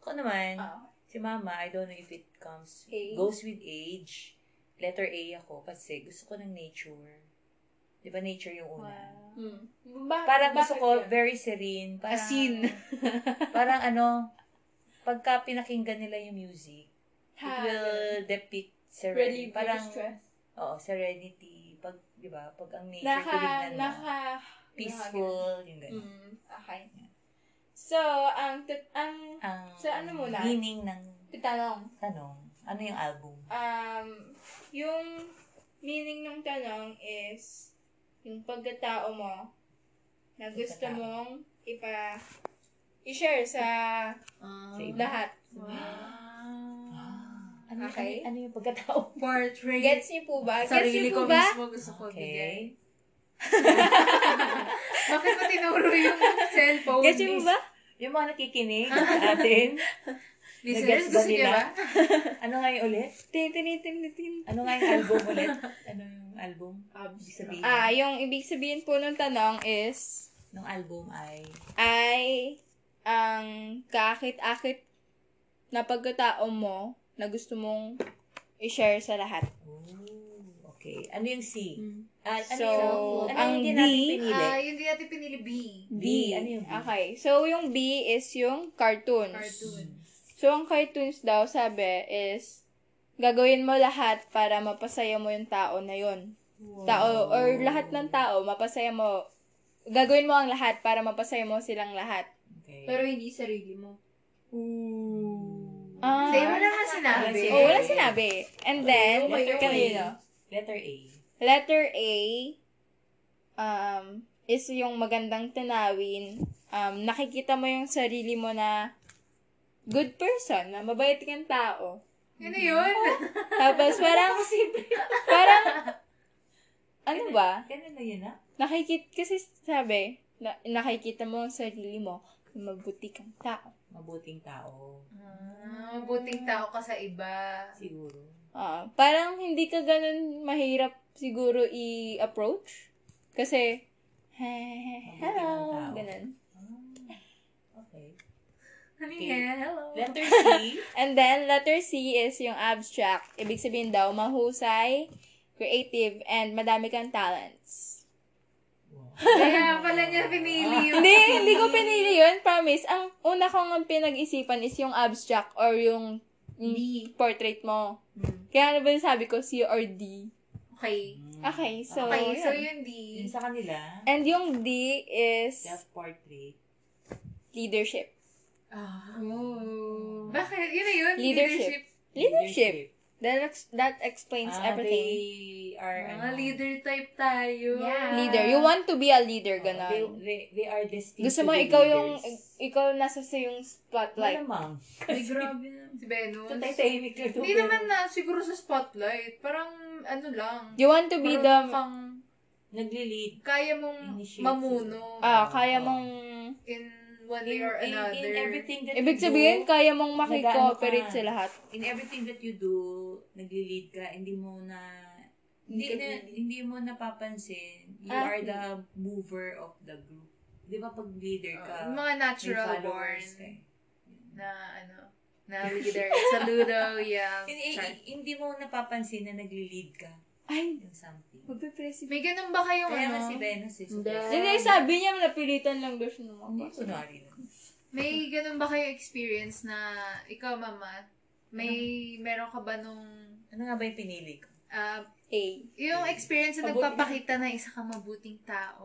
Speaker 3: ako naman,
Speaker 2: Ah,
Speaker 3: si mama, I don't know if it comes,
Speaker 4: Age.
Speaker 3: goes with age. Letter A ako kasi gusto ko ng nature. Di ba nature yung
Speaker 1: Wow.
Speaker 3: una?
Speaker 2: okay. Mm. Ba-
Speaker 3: Parang gusto
Speaker 2: bakit
Speaker 3: ko,
Speaker 2: yun?
Speaker 3: very serene. Parang,
Speaker 1: Asin.
Speaker 3: parang ano, pagka pinakinggan nila yung music, it
Speaker 2: Ha,
Speaker 3: will depict serenity.
Speaker 2: Relieve
Speaker 3: Parang,
Speaker 2: your stress.
Speaker 3: oo, serenity. Pag, di ba, pag ang nature
Speaker 2: Naka,
Speaker 3: tinignan mo,
Speaker 2: naka,
Speaker 3: peaceful, yung ganun.
Speaker 2: mm, okay. So, ang, tut- ang,
Speaker 3: Ang
Speaker 2: So, ano muna?
Speaker 3: meaning ng
Speaker 2: tanong,
Speaker 3: tanong, ano yung album?
Speaker 2: um, yung meaning ng tanong is, yung pagkatao mo, na gusto
Speaker 3: Pagkatao.
Speaker 2: mong ipa, i-share sa
Speaker 4: Ah.
Speaker 3: Sa iba?
Speaker 2: lahat.
Speaker 3: Ano,
Speaker 2: Okay.
Speaker 3: ano, ano yung pagkatao?
Speaker 4: Portrait.
Speaker 2: Gets niyo po ba? Gets
Speaker 4: Sarili
Speaker 2: niyo
Speaker 4: ko
Speaker 2: po ba?
Speaker 4: mismo gusto ko bigay.
Speaker 3: Okay.
Speaker 1: Bakit mo tinuro yung cellphone?
Speaker 2: Gets niyo po ba?
Speaker 3: Yung mga nakikinig sa atin,
Speaker 1: Listeners,
Speaker 3: Nag-gets ba
Speaker 1: gusto niyo
Speaker 3: nila?
Speaker 1: ba?
Speaker 3: ano nga yung ulit?
Speaker 2: Tin-tin-tin-tin-tin.
Speaker 3: Ano nga yung album ulit? Ano yung album? Ibig sabihin,
Speaker 2: Ah, yung ibig sabihin po ng tanong is,
Speaker 3: nung album ay
Speaker 2: ay ang kakit-akit na pagkatao mo na gusto mong i-share sa lahat.
Speaker 3: Oh, Okay. Ano yung C? Ah, ano
Speaker 2: So,
Speaker 3: yung, ano
Speaker 2: ang
Speaker 3: yung hindi natin
Speaker 2: D,
Speaker 3: pinili?
Speaker 4: Mm. Ah, yun din natin pinili B.
Speaker 3: B. Ano yung B?
Speaker 2: Okay. So, yung B is yung cartoons.
Speaker 4: Cartoons.
Speaker 2: So, ang cartoons daw, sabi, is gagawin mo lahat para mapasaya mo yung tao na yun.
Speaker 3: Hmm.
Speaker 2: Tao, or lahat ng tao, mapasaya mo, gagawin mo ang lahat para mapasaya mo silang lahat.
Speaker 3: Okay.
Speaker 7: Pero hindi sarili mo.
Speaker 2: Ah,
Speaker 4: Hindi, wala nga sinabi.
Speaker 3: Wala
Speaker 2: oh, wala sinabi. And then,
Speaker 3: Okay, okay.
Speaker 2: kanino?
Speaker 3: Oh Letter A.
Speaker 2: Letter A, um, is yung magandang tanawin. Um, nakikita mo yung sarili mo na good person, na mabait kang tao.
Speaker 4: Ano yun?
Speaker 2: Tapos parang, parang, ano ba?
Speaker 3: Ganun na yun, ah?
Speaker 2: Nakikita, kasi sabi, na, nakikita mo ang sarili mo, na mabuti kang tao.
Speaker 3: Mabuting tao.
Speaker 4: Ah, mabuting tao ka sa iba.
Speaker 3: Siguro.
Speaker 2: Ah, parang hindi ka ganun mahirap siguro i-approach. Kasi,
Speaker 3: kang
Speaker 2: hello,
Speaker 3: tao.
Speaker 2: ganun.
Speaker 3: Ah, Okay.
Speaker 4: Ano
Speaker 3: Okay.
Speaker 4: yan? Hello.
Speaker 3: Letter C.
Speaker 2: And then, letter C is yung abstract. Ibig sabihin daw, mahusay, creative, and madami kang talents.
Speaker 4: Kaya pala niya pinili yun.
Speaker 2: hindi, hindi ko pinili yun. Promise. Ang una kong ang pinag-isipan is yung abstract or yung mm, portrait mo. Kaya ano ba yung sabi ko? C or D?
Speaker 4: Okay.
Speaker 2: Okay, so,
Speaker 4: Okay,
Speaker 3: Oh,
Speaker 4: so yun
Speaker 2: yun.
Speaker 4: D.
Speaker 3: Yung sa kanila,
Speaker 2: And yung D is
Speaker 3: self-portrait.
Speaker 2: leadership.
Speaker 4: Bakit? Yun na yun?
Speaker 2: Leadership. Leadership. That, ex- that explains
Speaker 3: Ah,
Speaker 2: everything.
Speaker 3: They are,
Speaker 4: Mga
Speaker 3: ano,
Speaker 4: Ah, leader type tayo.
Speaker 1: Yeah.
Speaker 2: Leader. You want to be a
Speaker 3: oh,
Speaker 2: leader,
Speaker 3: They,
Speaker 2: ganun.
Speaker 3: they, they are destined
Speaker 2: Gusto
Speaker 3: to
Speaker 2: mo
Speaker 3: be
Speaker 2: ikaw yung,
Speaker 3: leaders.
Speaker 2: ikaw nasa sa yung spotlight.
Speaker 3: Malamang.
Speaker 4: Ay, grabe na. Si Venus.
Speaker 3: Tatahimik lang to.
Speaker 4: Hindi naman na siguro sa spotlight. Parang ano lang.
Speaker 2: You want to
Speaker 4: Parang
Speaker 2: be the,
Speaker 4: kang
Speaker 3: Nagli-lead.
Speaker 4: kaya mong
Speaker 3: Initiate.
Speaker 4: mamuno
Speaker 3: oh.
Speaker 2: ah, kaya mong
Speaker 4: in one way
Speaker 3: In,
Speaker 4: or
Speaker 3: in,
Speaker 4: another. Uh,
Speaker 3: in everything that
Speaker 2: Ibig
Speaker 3: you
Speaker 2: sabihin,
Speaker 3: do,
Speaker 2: kaya mong
Speaker 3: Nag-ano
Speaker 2: makikooperate
Speaker 3: ka.
Speaker 2: sa lahat.
Speaker 3: in everything that you do, nagli-lead ka, hindi mo na, hindi, na, hindi mo napapansin, you
Speaker 2: Ah.
Speaker 3: are the mover of the group. Di ba pag leader
Speaker 4: Ah,
Speaker 3: ka,
Speaker 4: Yung mga
Speaker 3: uh, may
Speaker 4: natural born
Speaker 3: followers ka eh.
Speaker 4: na ano, na leader. Saludo, yeah.
Speaker 3: Hindi,
Speaker 4: Char.
Speaker 3: hindi mo napapansin na nagli-lead ka
Speaker 2: Ay,
Speaker 3: in something.
Speaker 2: magpe-president.
Speaker 4: May ganun ba kayong
Speaker 3: Kaya
Speaker 4: ano?
Speaker 3: nga si Venus eh. Hindi.
Speaker 2: Hindi, sabi niya, napilitan lang daw siya ng mga
Speaker 3: Hindi,
Speaker 2: boss.
Speaker 3: kunwari lang.
Speaker 4: May ganun ba kayong experience na ikaw, mama, may
Speaker 3: Mm-hmm.
Speaker 4: meron ka ba nung
Speaker 3: Ano nga ba yung pinili ko?
Speaker 4: ah,
Speaker 2: A.
Speaker 4: yung experience na
Speaker 3: Mm-hmm. Mabuti-
Speaker 4: nagpapakita na isa kang mabuting tao?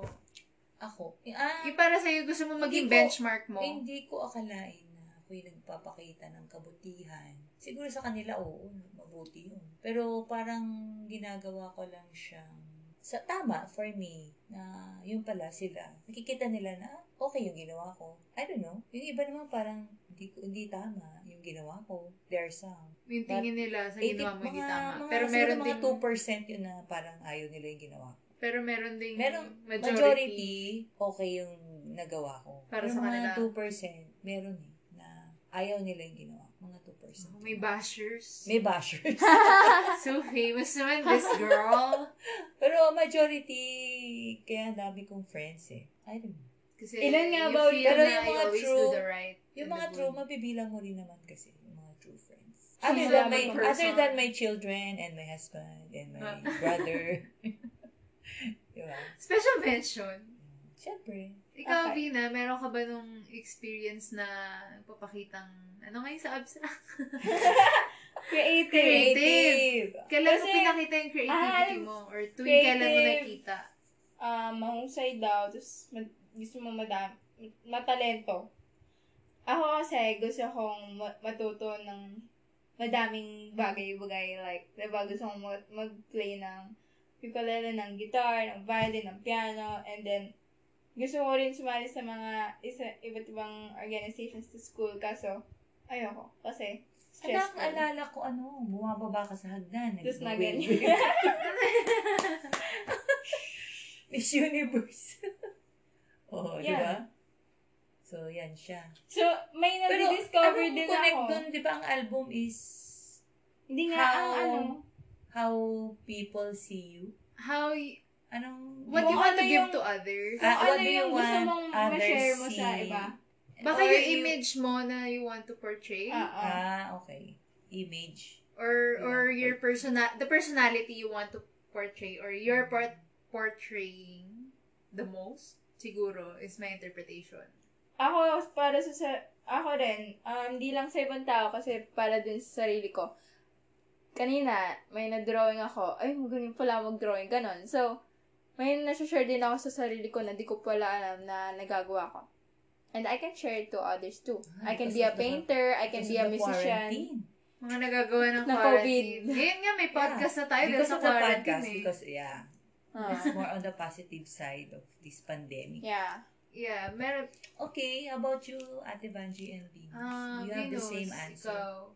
Speaker 3: Ako. Ah,
Speaker 4: Yung para sa'yo, gusto mo maging
Speaker 3: Hindi ko-
Speaker 4: benchmark mo?
Speaker 3: Hindi ko akalain na ako'y nagpapakita ng kabutihan. Siguro sa kanila, oo, mabuti yun. Pero parang ginagawa ko lang siyang sa tama for me na yun pala sila. Nakikita nila na ah, okay yung ginawa ko. I don't know. Yung iba naman parang hindi, ko- hindi tama yung ginawa ko. There are some.
Speaker 4: Yung tingin nila sa
Speaker 3: 80
Speaker 4: ginawa mo hindi
Speaker 3: Eh, mga-
Speaker 4: tama.
Speaker 3: mga-
Speaker 4: Pero
Speaker 3: siguro
Speaker 4: meron
Speaker 3: mga
Speaker 4: ding
Speaker 3: 2% yun na parang ayaw nila yung ginawa ko.
Speaker 4: pero meron ding
Speaker 3: Merong
Speaker 4: majority.
Speaker 3: majority, okay yung nagawa ko.
Speaker 4: Para
Speaker 3: yung
Speaker 4: sa kanila.
Speaker 3: mga 2%, meron eh, na ayaw nila yung ginawa. ko. Mga 2%.
Speaker 4: May bashers.
Speaker 3: May bashers.
Speaker 4: so famous naman this girl.
Speaker 3: Pero majority, kaya ang dami kong friends eh. I don't know.
Speaker 4: Kasi
Speaker 2: Ilan nga
Speaker 4: you
Speaker 2: ba
Speaker 4: feel
Speaker 2: ulit?
Speaker 4: na
Speaker 3: Pero yung
Speaker 4: you
Speaker 3: mga
Speaker 4: always
Speaker 3: true-
Speaker 4: do the right.
Speaker 3: Yung
Speaker 4: and
Speaker 3: mga
Speaker 4: the
Speaker 3: true,
Speaker 4: good.
Speaker 3: mabibilang mo rin naman kasi yung mga true friends. Other
Speaker 2: She's
Speaker 3: than,
Speaker 2: a
Speaker 3: my,
Speaker 4: person. Ah.
Speaker 3: other than my children and my husband and my brother. diba?
Speaker 4: Special mention.
Speaker 3: Siyempre.
Speaker 4: Ikaw,
Speaker 2: Okay.
Speaker 4: Vina, meron ka ba nung experience na papakitang, ano ngayon sa abstract?
Speaker 2: Creative.
Speaker 4: Creative. Kailan mo
Speaker 2: Kasi-
Speaker 4: pinakita yung creativity
Speaker 2: Ah,
Speaker 4: mo? Or tuwing kailan mo
Speaker 2: creative.
Speaker 4: nakita?
Speaker 2: Ah, mahusay daw. Tapos, mad- gusto mo madam, matalento. Ako kasi, gusto kong ma- matuto ng madaming bagay-bagay. Like, diba, gusto kong mag- mag-play ng ukulele, ng guitar, ng violin, ng piano, and then, gusto ko rin sumali sa mga isa, iba't ibang organizations to school. Kaso, ayoko. Kasi,
Speaker 3: Anak,
Speaker 2: stressful.
Speaker 3: alala ko ano, bumababa ka sa hagdan.
Speaker 2: Tapos na
Speaker 3: nag-wave.
Speaker 2: ganyan.
Speaker 3: Miss Universe. Oo, oh, di ba?
Speaker 2: Yeah.
Speaker 3: So, yan siya.
Speaker 2: so, may nadi-discover
Speaker 3: anong
Speaker 2: din
Speaker 3: connect
Speaker 2: ako.
Speaker 3: dun, di ba, ang album is
Speaker 2: Hindi nga,
Speaker 3: How-
Speaker 2: ang ano,
Speaker 3: How People See You?
Speaker 4: How, y-
Speaker 3: Anong...
Speaker 4: what
Speaker 2: Kung
Speaker 4: you want to
Speaker 2: ano
Speaker 4: give
Speaker 2: yung-
Speaker 4: to others?
Speaker 3: Ah,
Speaker 2: kung
Speaker 3: what do
Speaker 2: ano
Speaker 3: you
Speaker 2: yung gusto
Speaker 3: want
Speaker 2: mong
Speaker 3: others
Speaker 2: ma-share mo sa
Speaker 3: see?
Speaker 2: iba.
Speaker 4: Baka
Speaker 3: Or
Speaker 4: yung
Speaker 3: you-
Speaker 4: image mo na you want to portray?
Speaker 2: Oo.
Speaker 3: Ah, okay. Image.
Speaker 4: or
Speaker 3: Yeah.
Speaker 4: or your persona the personality you want to
Speaker 1: portray or you're por- portraying the most, siguro, is my interpretation.
Speaker 2: Ako, para sa, sa ako rin, um, hindi lang sa ibang tao kasi para dun sa sarili ko. Kanina, may na-drawing ako. Ay, magaling pala mag-drawing. Ganon. So, may na-share din ako sa sarili ko na di ko pala alam na nagagawa ko. And I can share it to others too. I can be a painter, I can be a musician.
Speaker 1: Mga nagagawa ng
Speaker 2: Na
Speaker 1: quarantine. Ngayon nga, may podcast na tayo dahil
Speaker 3: Because
Speaker 1: sa
Speaker 3: of the podcast,
Speaker 1: quarantine eh.
Speaker 3: because, yeah,
Speaker 2: Ah.
Speaker 3: it's more on the positive side of this pandemic.
Speaker 2: yeah.
Speaker 1: Yeah, meron.
Speaker 3: Okay, how about you, Ate Banji and Venus?
Speaker 1: Ah,
Speaker 3: you have the
Speaker 1: Venus,
Speaker 3: same answer.
Speaker 1: Ikaw.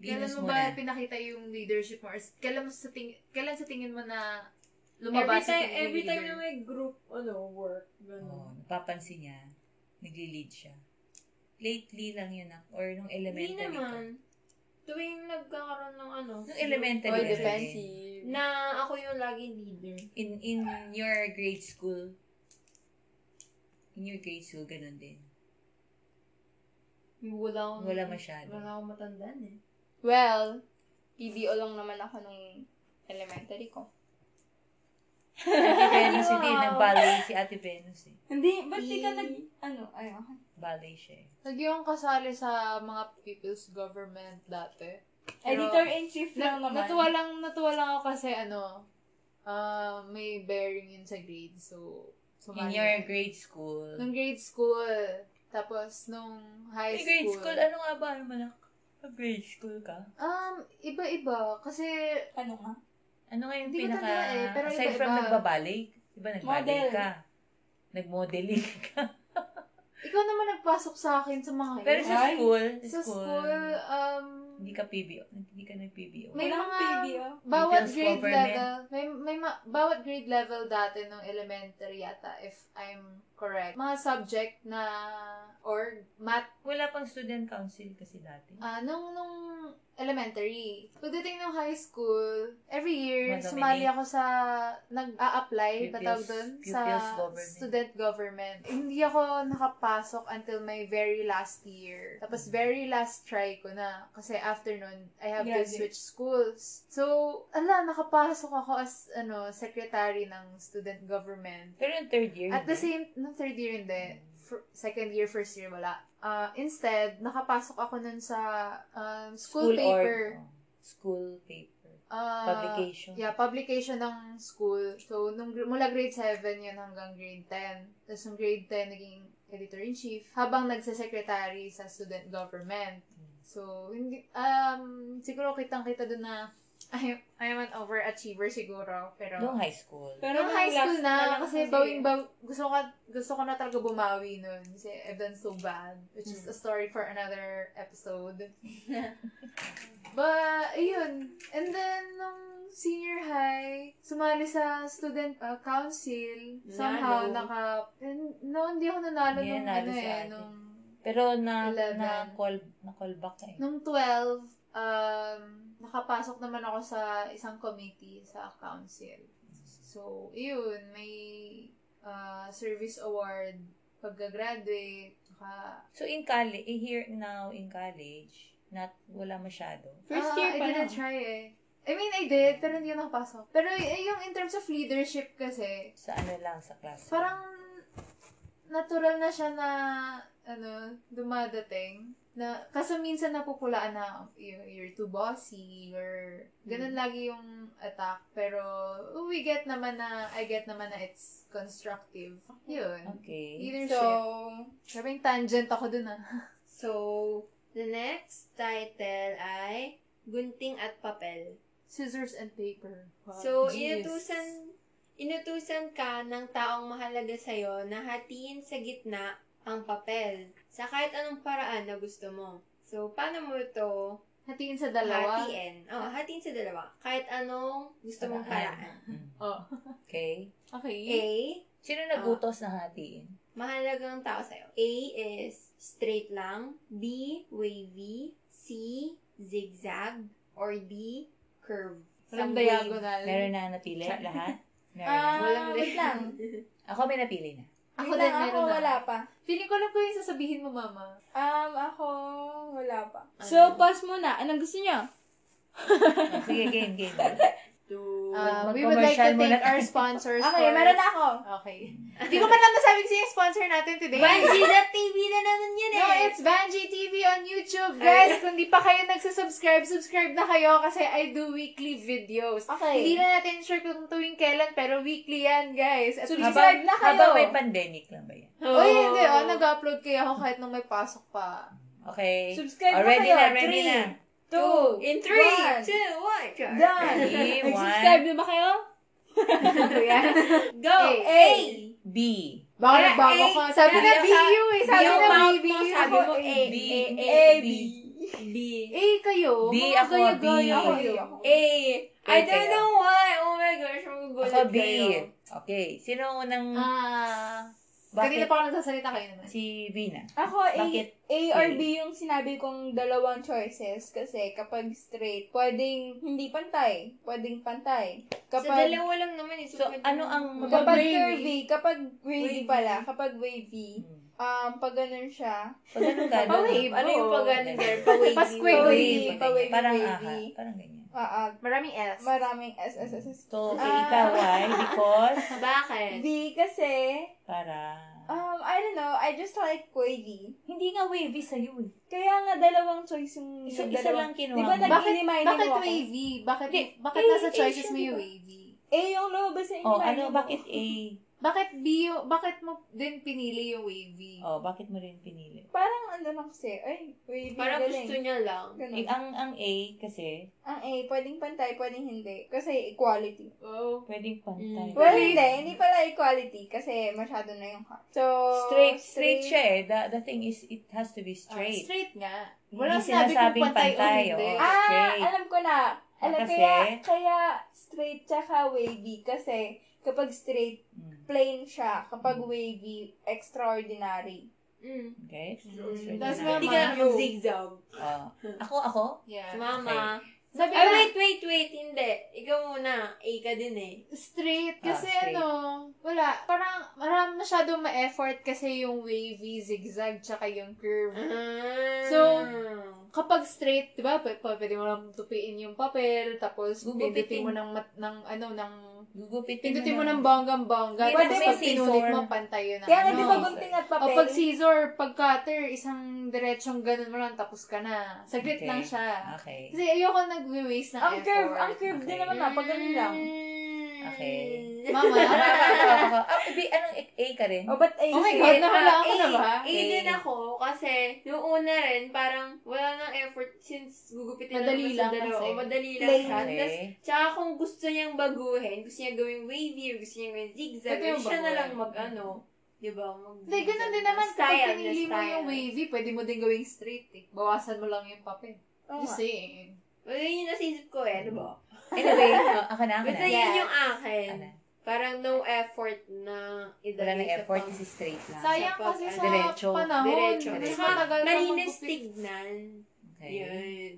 Speaker 1: Kailan
Speaker 3: Venus
Speaker 1: mo ba
Speaker 3: muna.
Speaker 1: pinakita yung leadership mo? Or s- kailan, mo sa ting- kailan sa tingin mo na
Speaker 8: Every
Speaker 1: lumabas sa
Speaker 8: time,
Speaker 1: tingin
Speaker 8: every
Speaker 1: ni
Speaker 8: time na
Speaker 1: leader?
Speaker 8: may group, ano, work,
Speaker 3: Oh,
Speaker 8: gano'n.
Speaker 3: napapansin niya, nagli-lead siya. Lately lang yun, ah, or nung
Speaker 8: Hindi
Speaker 3: elementary ka.
Speaker 8: naman. Tuwing nagkakaroon ng ano,
Speaker 3: Nung
Speaker 8: group,
Speaker 3: elementary ka
Speaker 2: Or
Speaker 3: rin.
Speaker 2: defensive.
Speaker 8: na ako yung laging leader.
Speaker 3: In, in your grade school, in your grade school, ganun din.
Speaker 8: Wala akong,
Speaker 3: Wala masyado.
Speaker 8: Wala akong matandaan eh.
Speaker 2: Well, PBO lang naman ako nung elementary ko.
Speaker 3: Ate Venus, hindi. Nag-ballet si Ate Venus eh.
Speaker 2: Hindi, ba't di ka nag... Ano, ayaw.
Speaker 3: Ballet siya eh.
Speaker 1: Lagi akong kasali sa mga people's government dati.
Speaker 2: Editor-in-chief
Speaker 1: Na,
Speaker 2: lang naman.
Speaker 1: natuwa lang, natuwa lang ako kasi ano, ah, may bearing yun sa grade. So,
Speaker 3: In
Speaker 1: sumali.
Speaker 3: your
Speaker 1: ako.
Speaker 3: grade school.
Speaker 1: Nung grade school. Tapos, nung high
Speaker 3: Ay,
Speaker 1: school.
Speaker 3: grade school. Ano nga ba? Ano manak? Grade school ka?
Speaker 1: Um, iba-iba. Kasi,
Speaker 2: Ano nga?
Speaker 3: Ano nga yung
Speaker 1: Hindi ko
Speaker 3: pinaka...
Speaker 1: tanda eh, pero
Speaker 3: aside
Speaker 1: iba-iba.
Speaker 3: from nagbaballet, di ba nagballet
Speaker 2: Model.
Speaker 3: ka? Nagmodeling ka.
Speaker 1: ikaw naman nagpasok sa akin sa mga
Speaker 3: pero sa
Speaker 2: Ay,
Speaker 3: school,
Speaker 1: sa school, um,
Speaker 3: hindi ka PBO. Hindi ka nag-PBO.
Speaker 1: may
Speaker 2: Walang oh.
Speaker 1: mga,
Speaker 2: PBO.
Speaker 1: bawat
Speaker 3: Details
Speaker 1: grade
Speaker 3: government.
Speaker 1: level, may, may ma- bawat grade level dati nung elementary yata, if I'm correct. Mga subject na, or math
Speaker 3: Wala pang student council kasi dati.
Speaker 1: Ah, nung, nung elementary. Pagdating nung high school, every year,
Speaker 3: Madami
Speaker 1: sumali
Speaker 3: eh.
Speaker 1: ako sa, nag-a-apply,
Speaker 3: Pupils-
Speaker 1: patawag doon, sa
Speaker 3: pupils government.
Speaker 1: student government. Hindi ako nakapasok until my very last year. Tapos very last try ko na. Kasi after nun, I have to
Speaker 2: Graduate.
Speaker 1: switch schools. So, ala, nakapasok ako as, ano, secretary ng student government.
Speaker 3: Pero yung third year,
Speaker 1: At the
Speaker 3: hindi.
Speaker 1: same, no, third year hindi. Fir- second year, first year, wala. Uh, instead, nakapasok ako nun sa um, school,
Speaker 3: or-
Speaker 1: paper.
Speaker 3: oh, school paper.
Speaker 1: uh,
Speaker 3: Publication.
Speaker 1: Yeah, publication ng school. So, nung, gr- mula grade 7 yun hanggang grade 10. Tapos, nung grade 10, naging editor-in-chief habang nagsasecretary sa student government. So, hindi, um, siguro kitang-kita dun na I, I'm an overachiever siguro. Pero,
Speaker 3: Noong high school.
Speaker 8: Pero
Speaker 1: Nung high school
Speaker 8: last
Speaker 1: na,
Speaker 8: lang
Speaker 1: kasi bawing baw, gusto ko, gusto ko na talaga bumawi nun. Kasi I've done so bad. Which is a story for another episode. But, ayun. And then, nung senior high, sumali sa student uh, council. Somehow,
Speaker 8: Nanalo.
Speaker 1: naka... and- no, hindi ako nanalo
Speaker 3: Hindi
Speaker 1: nung
Speaker 3: nanalo
Speaker 1: ano
Speaker 3: si
Speaker 1: eh.
Speaker 3: ate.
Speaker 1: Nung,
Speaker 3: Pero na,
Speaker 1: Eleven.
Speaker 3: na call, na call back ka eh.
Speaker 1: nung 12, um, nakapasok naman ako sa isang committee sa council. So, yun, may uh, service award pagka-graduate, saka-
Speaker 3: So in college, eh, here now in college, not wala masyado.
Speaker 2: First
Speaker 1: Ah,
Speaker 2: year pa
Speaker 1: I
Speaker 2: lang.
Speaker 1: didn't try eh. I mean, I did, pero hindi ako nakapasok. Pero y- yung in terms of leadership kasi,
Speaker 3: Sa ano lang sa class.
Speaker 1: parang natural na siya na, ano, dumadating. Na, kaso minsan napupulaan na, you- you're too bossy, you're, ganun lagi yung attack. Pero, we get naman na, I get naman na it's constructive. Yun.
Speaker 3: Okay.
Speaker 1: Leadership.
Speaker 2: So,
Speaker 1: Grabing tangent ako dun ah.
Speaker 5: So, the next title ay Gunting at Papel.
Speaker 1: Scissors and paper. Wow.
Speaker 5: So,
Speaker 2: Jeez.
Speaker 5: inutusan, inutusan ka ng taong mahalaga sa'yo na hatiin sa gitna ang papel sa kahit anong paraan na gusto mo. So, paano mo ito
Speaker 1: hatiin sa dalawa.
Speaker 5: hatiin? Oh, hatiin sa dalawa. Kahit anong gusto mong paraan.
Speaker 3: Mm.
Speaker 1: Oh.
Speaker 3: Okay.
Speaker 1: Okay.
Speaker 5: A,
Speaker 3: Sino nagutos na hatiin?
Speaker 5: mahalagang tao sa'yo. A is straight lang. B, wavy. C, zigzag. Or D, curve. Some
Speaker 1: Parang
Speaker 5: wave.
Speaker 1: diagonal.
Speaker 3: Meron na napili lahat?
Speaker 2: ah,
Speaker 3: Meron na.
Speaker 2: wait lang.
Speaker 3: Ako may napili na.
Speaker 1: Ako din,
Speaker 2: Wait lang,
Speaker 1: meron
Speaker 2: ako
Speaker 1: na.
Speaker 2: wala pa.
Speaker 1: Feeling ko alam ko yung sasabihin mo, mama.
Speaker 2: Um, ako wala pa. So, pause muna. Anong gusto niyo?
Speaker 3: Oh, sige, game, game.
Speaker 8: to
Speaker 1: Uh,
Speaker 3: Mag-
Speaker 1: we would like to
Speaker 3: mag-commercial
Speaker 1: thank
Speaker 3: muna
Speaker 1: our
Speaker 3: tayo.
Speaker 1: sponsors
Speaker 2: Okay,
Speaker 1: for...
Speaker 2: meron na ako.
Speaker 1: Okay. Hindi ko pa lang nasabi sino yung sponsor natin today.
Speaker 2: Banji.tv na naman yun eh.
Speaker 1: No, it's Banji TV on YouTube. Guys, kung di pa kayo nagsusubscribe, subscribe na kayo kasi I do weekly videos.
Speaker 2: Okay.
Speaker 1: Hindi na natin sure kung tuwing kailan, pero weekly yan, guys. At
Speaker 2: Subscribe na kayo.
Speaker 3: Habang may pandemic lang ba yan?
Speaker 1: Oh, hindi. Oh, nag-upload kayo ako kahit nung may pasok pa.
Speaker 3: Okay.
Speaker 2: Subscribe
Speaker 3: Oh, ready
Speaker 2: na kayo.
Speaker 3: na, ready
Speaker 2: Three,
Speaker 3: na.
Speaker 2: two,
Speaker 4: In 3,
Speaker 2: one.
Speaker 4: 2, 1, char.
Speaker 2: Done.
Speaker 3: Ready,
Speaker 2: Subscribe
Speaker 3: one,
Speaker 2: na ba kayo?
Speaker 1: Ano yan?
Speaker 2: Go!
Speaker 1: A.
Speaker 2: A!
Speaker 3: B.
Speaker 1: Baka
Speaker 4: Kaya,
Speaker 1: nagbago
Speaker 4: eh,
Speaker 1: ka. Eh, Sabi na
Speaker 4: sabi
Speaker 1: BU eh. Sabi
Speaker 2: Yung
Speaker 1: na
Speaker 2: mouth
Speaker 1: BU.
Speaker 2: mo, sabi mo A.
Speaker 3: B.
Speaker 2: A, A, B. B.
Speaker 1: Eh, kayo.
Speaker 3: B
Speaker 1: Mga
Speaker 3: ako, B.
Speaker 1: gaya-gaya
Speaker 3: Ako,
Speaker 1: kayo.
Speaker 2: A. I
Speaker 3: Wait,
Speaker 2: don't
Speaker 3: kayo.
Speaker 2: know why. Oh my gosh, magugulat
Speaker 3: Ako, B.
Speaker 2: kayo.
Speaker 3: Okay. Sino ang unang...
Speaker 1: Ah. Kanina
Speaker 3: bakit?
Speaker 1: pa ako nagsasalita kayo naman.
Speaker 3: Si Vina.
Speaker 2: Ako, A,
Speaker 3: Bakit?
Speaker 2: A or
Speaker 3: A?
Speaker 2: B yung sinabi kong dalawang choices kasi kapag straight, pwedeng hindi pantay, pwedeng pantay.
Speaker 4: Sa
Speaker 2: Kapag,
Speaker 4: dalawa lang naman eh.
Speaker 3: So,
Speaker 4: pwede
Speaker 3: ano
Speaker 4: mo-
Speaker 3: ang...
Speaker 2: kapag curvy, kapag wavy
Speaker 3: Wavy.
Speaker 2: pala, kapag wavy,
Speaker 3: Hmm.
Speaker 2: um, pag ganun siya,
Speaker 3: Pag anong gano'n?
Speaker 1: Pawave,
Speaker 3: Ano yung pag anong
Speaker 4: Girl,
Speaker 3: gano'n?
Speaker 4: pa-wavy.
Speaker 1: Pasquay.
Speaker 2: Wavy,
Speaker 3: Pawave,
Speaker 2: pa-wavy,
Speaker 3: Parang
Speaker 2: wavy.
Speaker 3: aha. Parang ganyan.
Speaker 2: ah, ah,
Speaker 1: Maraming S.
Speaker 2: maraming SSS.
Speaker 3: So,
Speaker 2: Ah.
Speaker 3: ikaw ay because
Speaker 4: Bakit?
Speaker 2: B kasi,
Speaker 3: para
Speaker 1: Ah.
Speaker 2: um, I don't know, I just like wavy.
Speaker 3: hindi nga wavy sa'yo eh.
Speaker 2: Kaya nga dalawang choice yung
Speaker 3: Isa, isa lang
Speaker 2: dalawang.
Speaker 3: ah, kinuha
Speaker 2: Di ba
Speaker 3: mo.
Speaker 1: Bakit-
Speaker 2: nag-inimine
Speaker 1: Bakit
Speaker 2: mo ako?
Speaker 1: wavy? Bakit,
Speaker 2: Hindi,
Speaker 1: bakit
Speaker 2: eh,
Speaker 1: nasa
Speaker 2: eh,
Speaker 1: choices
Speaker 2: siya,
Speaker 1: mo
Speaker 2: di
Speaker 1: yung
Speaker 2: ba?
Speaker 1: wavy?
Speaker 2: A Eh, yung lumabas sa inimine
Speaker 3: oh, ano,
Speaker 2: mo.
Speaker 3: bakit A?
Speaker 1: Bakit bio, bakit mo din pinili yung wavy?
Speaker 3: Oh, bakit mo rin pinili?
Speaker 2: Parang ano lang kasi, ay, wavy
Speaker 4: Parang
Speaker 2: galing.
Speaker 4: gusto niya lang.
Speaker 2: Ganun.
Speaker 1: Mm.
Speaker 3: Eh, ang, ang A kasi,
Speaker 2: Ang A, pwedeng pantay, pwedeng hindi. Kasi equality.
Speaker 1: Oh.
Speaker 3: pwedeng pantay.
Speaker 2: Well, hindi. Hindi pala equality kasi masyado na yung heart. So,
Speaker 3: Straight, straight siya eh. The, the thing is, it has to be
Speaker 1: Ah, straight.
Speaker 3: straight.
Speaker 1: nga.
Speaker 3: Hindi
Speaker 1: Wala sinabi
Speaker 3: sinasabing
Speaker 1: kung pantay,
Speaker 3: pantay,
Speaker 1: o hindi.
Speaker 3: oo.
Speaker 2: Ah,
Speaker 3: Straight. Mm.
Speaker 2: alam ko na.
Speaker 1: Ah,
Speaker 2: Alam,
Speaker 3: Kasi-
Speaker 2: kaya, kaya straight tsaka wavy. Kasi kapag straight,
Speaker 3: Mm,
Speaker 2: plain siya. Kapag
Speaker 1: Hmm.
Speaker 2: wavy, extraordinary.
Speaker 4: Mm.
Speaker 3: Okay? Straight
Speaker 1: Tapos
Speaker 3: na.
Speaker 1: may-
Speaker 9: Hindi ka na mag-zigzag.
Speaker 3: Oh. Ako, ako?
Speaker 1: Yeah.
Speaker 4: Mama.
Speaker 1: Sabi
Speaker 4: Ay,
Speaker 1: ko,
Speaker 4: wait, wait, wait. Hindi. Ikaw muna. A ka din eh.
Speaker 1: straight.
Speaker 3: Ah,
Speaker 1: Kasi
Speaker 3: straight.
Speaker 1: ano, wala. Parang, maram masyadong ma-effort kasi yung wavy, zigzag, tsaka yung curve.
Speaker 4: Mm-hmm.
Speaker 1: So, kapag straight, di ba, p- p- pwede mo lang tupiin yung papel, tapos
Speaker 3: Gugupitin.
Speaker 1: pindutin mo ng, mat, ng ano, ng,
Speaker 3: Gugupitin
Speaker 1: pindutin
Speaker 3: mo
Speaker 1: mo ng
Speaker 3: na-
Speaker 1: bonggang-bongga,
Speaker 3: Hindi,
Speaker 1: tapos
Speaker 3: pwede
Speaker 1: pag
Speaker 3: may
Speaker 1: pinulit
Speaker 3: scissor.
Speaker 1: mo, pantay yun. ang
Speaker 2: Kaya nga,
Speaker 1: ano.
Speaker 2: di ba gunting at papel?
Speaker 1: O pag scissor, pag cutter, isang diretsong ganun mo lang, tapos ka na. Saglit
Speaker 3: Okay. Ah,
Speaker 1: lang siya.
Speaker 3: Okay.
Speaker 1: Kasi ayoko nagwi-waste ng
Speaker 2: ang
Speaker 1: effort. Hmm.
Speaker 2: curve, ang curve din
Speaker 3: Okay.
Speaker 2: naman na, pag ganun lang.
Speaker 3: Okay.
Speaker 1: Mama,
Speaker 3: Ako, ako, ako, ako. Ah, B, anong A ka rin?
Speaker 2: O, eh, ba't A?
Speaker 1: oh my
Speaker 2: siya?
Speaker 1: God, nakala
Speaker 4: Ah,
Speaker 1: ako na ba?
Speaker 4: A, A din ako kasi nung una rin, parang wala nang effort since gugupitin
Speaker 1: Madali
Speaker 4: naman sa
Speaker 1: lang
Speaker 4: dalawa.
Speaker 1: kasi. eh.
Speaker 4: O, madali lang
Speaker 2: Plain.
Speaker 4: siya. Tas,
Speaker 3: Okay.
Speaker 4: tsaka kung gusto niyang baguhin, gusto niya gawing wavy or gusto niya gawing zigzag,
Speaker 1: Pwede
Speaker 4: eh,
Speaker 1: yung
Speaker 4: siya na
Speaker 1: baguhin.
Speaker 4: lang mag ano, di ba? Mag
Speaker 1: Hindi, ganun din naman.
Speaker 4: Style
Speaker 1: Kapag pinili
Speaker 4: na
Speaker 1: mo
Speaker 4: style.
Speaker 1: yung wavy, pwede mo din gawing straight eh. Bawasan mo lang yung papel.
Speaker 2: Oo nga.
Speaker 1: Just saying.
Speaker 4: Well, yun yung nasisip ko eh, di ba?
Speaker 3: Anyway, oh,
Speaker 1: Ano?
Speaker 3: ako na, ako
Speaker 4: Basta
Speaker 3: na.
Speaker 4: yun yung akin.
Speaker 3: Ano?
Speaker 4: Parang no effort na
Speaker 3: Wala
Speaker 4: idalay
Speaker 3: ng
Speaker 4: sa
Speaker 3: effort,
Speaker 4: pang-
Speaker 3: kasi straight lang.
Speaker 1: Sayang
Speaker 4: Kapag,
Speaker 1: kasi
Speaker 3: ah,
Speaker 1: sa
Speaker 3: diretso.
Speaker 1: panahon.
Speaker 4: Diretso.
Speaker 3: Diretso.
Speaker 1: Mas
Speaker 4: Tsaka,
Speaker 1: matagal kang
Speaker 4: malinis
Speaker 1: magpupil-
Speaker 4: tignan.
Speaker 3: Okay.
Speaker 4: Yun.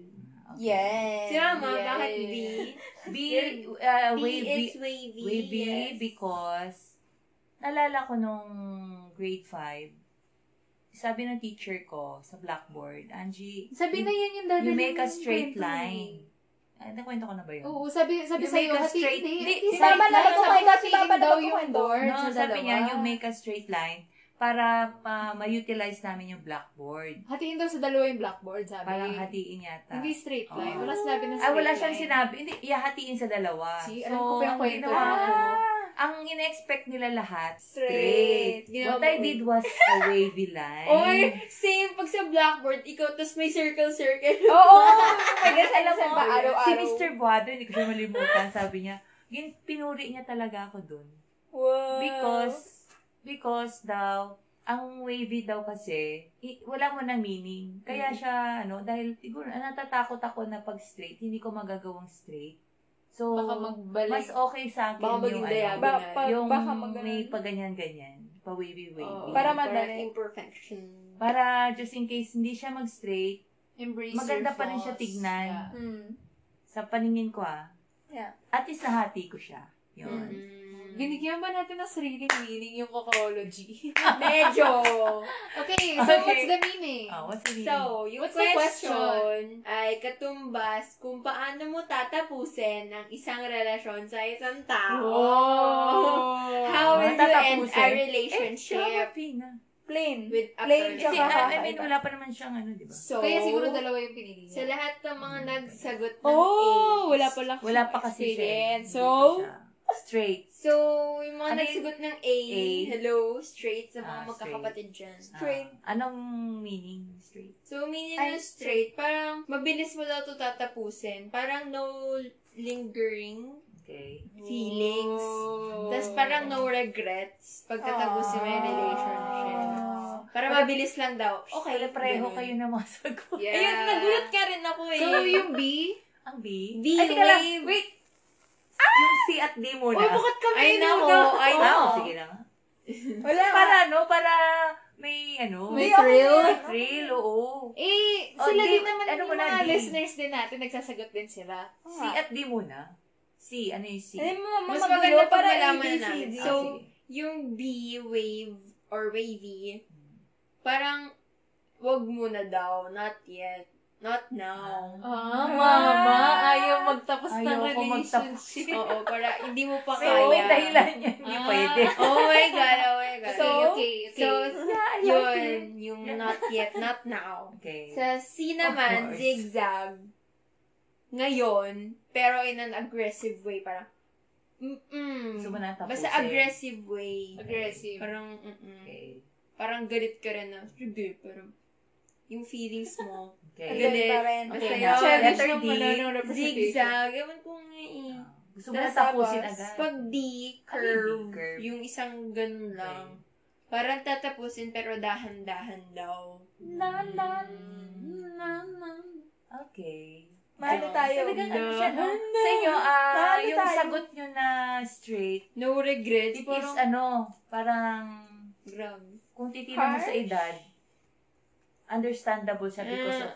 Speaker 3: Okay.
Speaker 2: Yes.
Speaker 4: Si Mama,
Speaker 1: Yeah.
Speaker 4: bakit B?
Speaker 3: B, uh,
Speaker 4: B
Speaker 3: wavy,
Speaker 4: is wavy.
Speaker 3: wavy
Speaker 4: yes.
Speaker 3: because naalala ko nung grade 5, sabi ng teacher ko sa blackboard, Angie,
Speaker 1: Sabi na
Speaker 3: you,
Speaker 1: yan yung dadalhin
Speaker 3: you make a
Speaker 1: mong
Speaker 3: straight
Speaker 1: kwento eh.
Speaker 3: line. Ah, nakwento ko na ba yun?
Speaker 1: Oo, sabi, sabi
Speaker 3: You
Speaker 1: sa'yo,
Speaker 3: make a
Speaker 1: hati,
Speaker 3: straight-
Speaker 1: hindi,
Speaker 3: Hindi,
Speaker 1: hati
Speaker 3: si
Speaker 1: side
Speaker 2: Mama
Speaker 1: line,
Speaker 2: naman
Speaker 1: tapos
Speaker 2: kumain, si Papa
Speaker 1: titiin
Speaker 2: naman
Speaker 1: daw yung
Speaker 2: kumain.
Speaker 1: board
Speaker 3: No,
Speaker 1: sa
Speaker 3: sabi
Speaker 1: dalawa.
Speaker 3: niya, you make a straight line para ma- ma-utilize namin yung blackboard.
Speaker 1: Hatiin daw sa dalawa yung blackboard, sabi.
Speaker 3: Parang hatiin yata.
Speaker 1: Hindi straight
Speaker 3: Oo.
Speaker 1: line. Wala sinabi na straight
Speaker 3: Ay, Ah, wala
Speaker 1: line.
Speaker 3: siyang sinabi. Hindi, ihahatiin sa dalawa.
Speaker 1: See, alam ko pa yung
Speaker 3: ang
Speaker 1: kwento.
Speaker 3: ginawa ko,
Speaker 2: Ah!
Speaker 3: ang in-expect nila lahat,
Speaker 2: Straight.
Speaker 3: straight. What I did was a wavy line.
Speaker 4: Or, same, pag sa blackboard, ikaw, tapos may circle-circle.
Speaker 2: Oo! I guess alam
Speaker 3: Alam
Speaker 2: mo, araw-araw.
Speaker 3: si Mr. Buado, hindi ko siya malimutan, sabi niya, yun, pinuri niya talaga ako dun.
Speaker 4: Oh.
Speaker 2: Wow.
Speaker 3: Because, because daw, ang wavy daw kasi, i- wala mo na meaning. Kaya siya, ano, dahil siguro, ah, natatakot ako na pag straight, hindi ko magagawang straight. So,
Speaker 1: Baka magbalik.
Speaker 3: mas okay sa akin
Speaker 4: Baka
Speaker 3: yung,
Speaker 4: maging
Speaker 3: ano,
Speaker 4: diagonal.
Speaker 2: Ba- pa-
Speaker 3: yung
Speaker 2: baka mag-
Speaker 3: may paganyan-ganyan, pa wavy-wavy.
Speaker 4: Oo,
Speaker 2: Para
Speaker 4: parang
Speaker 2: madali.
Speaker 4: imperfection.
Speaker 3: Para just in case hindi siya mag-straight,
Speaker 1: Embrace
Speaker 3: Maganda
Speaker 1: your
Speaker 3: pa rin siya
Speaker 1: flaws.
Speaker 3: tignan.
Speaker 1: Yeah.
Speaker 2: Hmm.
Speaker 3: sa paningin ko ah,
Speaker 2: Yeah.
Speaker 3: at least nahati ko siya. Yun.
Speaker 4: Mm.
Speaker 3: Binigyan ba natin ng sariling meaning yung kokology?
Speaker 4: Medyo.
Speaker 1: Okay, so
Speaker 3: Okay.
Speaker 1: what's the meaning?
Speaker 3: Ah, what's the meaning?
Speaker 4: So, yung
Speaker 1: What's the
Speaker 4: question,
Speaker 1: question?
Speaker 4: ay katumbas kung paano mo tatapusin ang isang relasyon sa isang tao.
Speaker 3: oh!
Speaker 4: How will you end a
Speaker 10: Tatapusin?
Speaker 3: Eh,
Speaker 4: relationship
Speaker 3: Pina.
Speaker 2: Plain.
Speaker 4: with a
Speaker 2: Plain
Speaker 4: person?
Speaker 3: Kasi,
Speaker 2: Tsaka
Speaker 3: ah, I mean,
Speaker 2: kakaiba.
Speaker 3: wala pa naman siyang ano, di ba?
Speaker 4: So,
Speaker 1: Kaya siguro dalawa yung pinili
Speaker 4: sa
Speaker 1: niya.
Speaker 4: lahat ng mga nagsagot ng
Speaker 10: Oh,
Speaker 4: A's,
Speaker 10: wala pa lang
Speaker 3: Wala pa kasi siya. eh.
Speaker 10: experience.
Speaker 3: Hindi
Speaker 10: So,
Speaker 3: pa siya. Straight.
Speaker 4: So, yung mga
Speaker 3: Ano
Speaker 4: nagsagot ng A,
Speaker 3: A?
Speaker 4: hello, straight sa mga
Speaker 3: Ah,
Speaker 4: magkakapatid dyan.
Speaker 3: Straight. Ah, anong meaning straight?
Speaker 4: So, meaning
Speaker 10: Ay,
Speaker 4: ng straight, parang mabilis mo daw ito tatapusin. Parang no lingering
Speaker 3: Okay.
Speaker 4: feelings.
Speaker 2: Oh.
Speaker 4: Tapos parang no regrets pagkatapusin mo
Speaker 3: Ah.
Speaker 4: yung relationship. Para mabilis lang daw. Okay.
Speaker 3: Para Ah, pareho
Speaker 4: ganun.
Speaker 3: kayo na masagot.
Speaker 4: Yeah.
Speaker 10: Ayun, nagulat ka rin ako eh.
Speaker 1: So, yung B?
Speaker 3: Ang B.
Speaker 4: D
Speaker 3: Ay, teka lang.
Speaker 4: wave.
Speaker 3: Wait. Yung C at D muna.
Speaker 1: Uy, bakit kami
Speaker 4: Ay,
Speaker 1: yun
Speaker 4: nako.
Speaker 1: na-
Speaker 4: Ay,
Speaker 3: Ah,
Speaker 4: nako.
Speaker 3: sige lang.
Speaker 2: Wala.
Speaker 3: Para ano, para may ano.
Speaker 2: May thrill.
Speaker 3: Thrill, oo.
Speaker 1: Eh,
Speaker 3: Oh,
Speaker 1: sila din
Speaker 3: di-
Speaker 1: naman
Speaker 3: ano
Speaker 1: yung
Speaker 3: muna,
Speaker 1: mga
Speaker 3: di?
Speaker 1: listeners din natin, nagsasagot din sila.
Speaker 3: C at D muna. C, ano yung C?
Speaker 2: Alam mo,
Speaker 4: Mas
Speaker 2: magulo,
Speaker 4: maganda pag
Speaker 2: para
Speaker 4: malaman na
Speaker 2: ABCD.
Speaker 4: namin.
Speaker 3: Ah,
Speaker 4: So,
Speaker 3: sige.
Speaker 4: yung B wave or wavy, parang wag muna daw. Not yet. Not now.
Speaker 10: Ah, mama, ayaw magtapos ng
Speaker 3: Ayoko
Speaker 10: relationship.
Speaker 4: Oo, para hindi mo pa
Speaker 3: May,
Speaker 4: kaya.
Speaker 3: may dahilan yan. Hindi
Speaker 1: Ah.
Speaker 3: pwede.
Speaker 4: Oh my God, oh my God.
Speaker 1: Okay,
Speaker 4: So,
Speaker 1: okay, okay.
Speaker 4: So,
Speaker 3: Yeah, I love
Speaker 4: yun,
Speaker 3: you.
Speaker 4: yung not yet, not now.
Speaker 3: Okay.
Speaker 4: Sa C
Speaker 3: Of
Speaker 4: naman,
Speaker 3: course.
Speaker 4: zigzag. Ngayon, pero in an aggressive way, parang, mm-mm.
Speaker 3: So, eh. wala tapusin.
Speaker 4: Basta aggressive way.
Speaker 1: Aggressive.
Speaker 4: Parang, mm-mm.
Speaker 3: Okay.
Speaker 4: Parang galit ka rin na, sige, parang, yung feelings mo.
Speaker 3: Okay.
Speaker 4: Agad-
Speaker 2: Ganun pa rin.
Speaker 4: Basta
Speaker 3: Okay,
Speaker 4: yun.
Speaker 3: now,
Speaker 4: Challenge
Speaker 3: letter D.
Speaker 4: Zigzag, ewan ko nga eh.
Speaker 3: Gusto mo na
Speaker 4: Tapos,
Speaker 3: tapusin Ah. agad.
Speaker 4: Pag D,
Speaker 3: Ay,
Speaker 4: curve,
Speaker 3: D, curve.
Speaker 4: yung isang ganun lang. Parang tatapusin pero dahan-dahan daw.
Speaker 3: Na, na, na, na. Okay.
Speaker 2: Maano tayo?
Speaker 3: Talagang ano siya, no? Sa inyo, ah,
Speaker 2: Paano
Speaker 3: yung
Speaker 2: tayo?
Speaker 3: sagot nyo na straight,
Speaker 4: No regrets,
Speaker 3: it is
Speaker 4: parang
Speaker 3: ano, parang,
Speaker 4: grabe.
Speaker 3: kung titignan mo sa edad, understandable siya because of,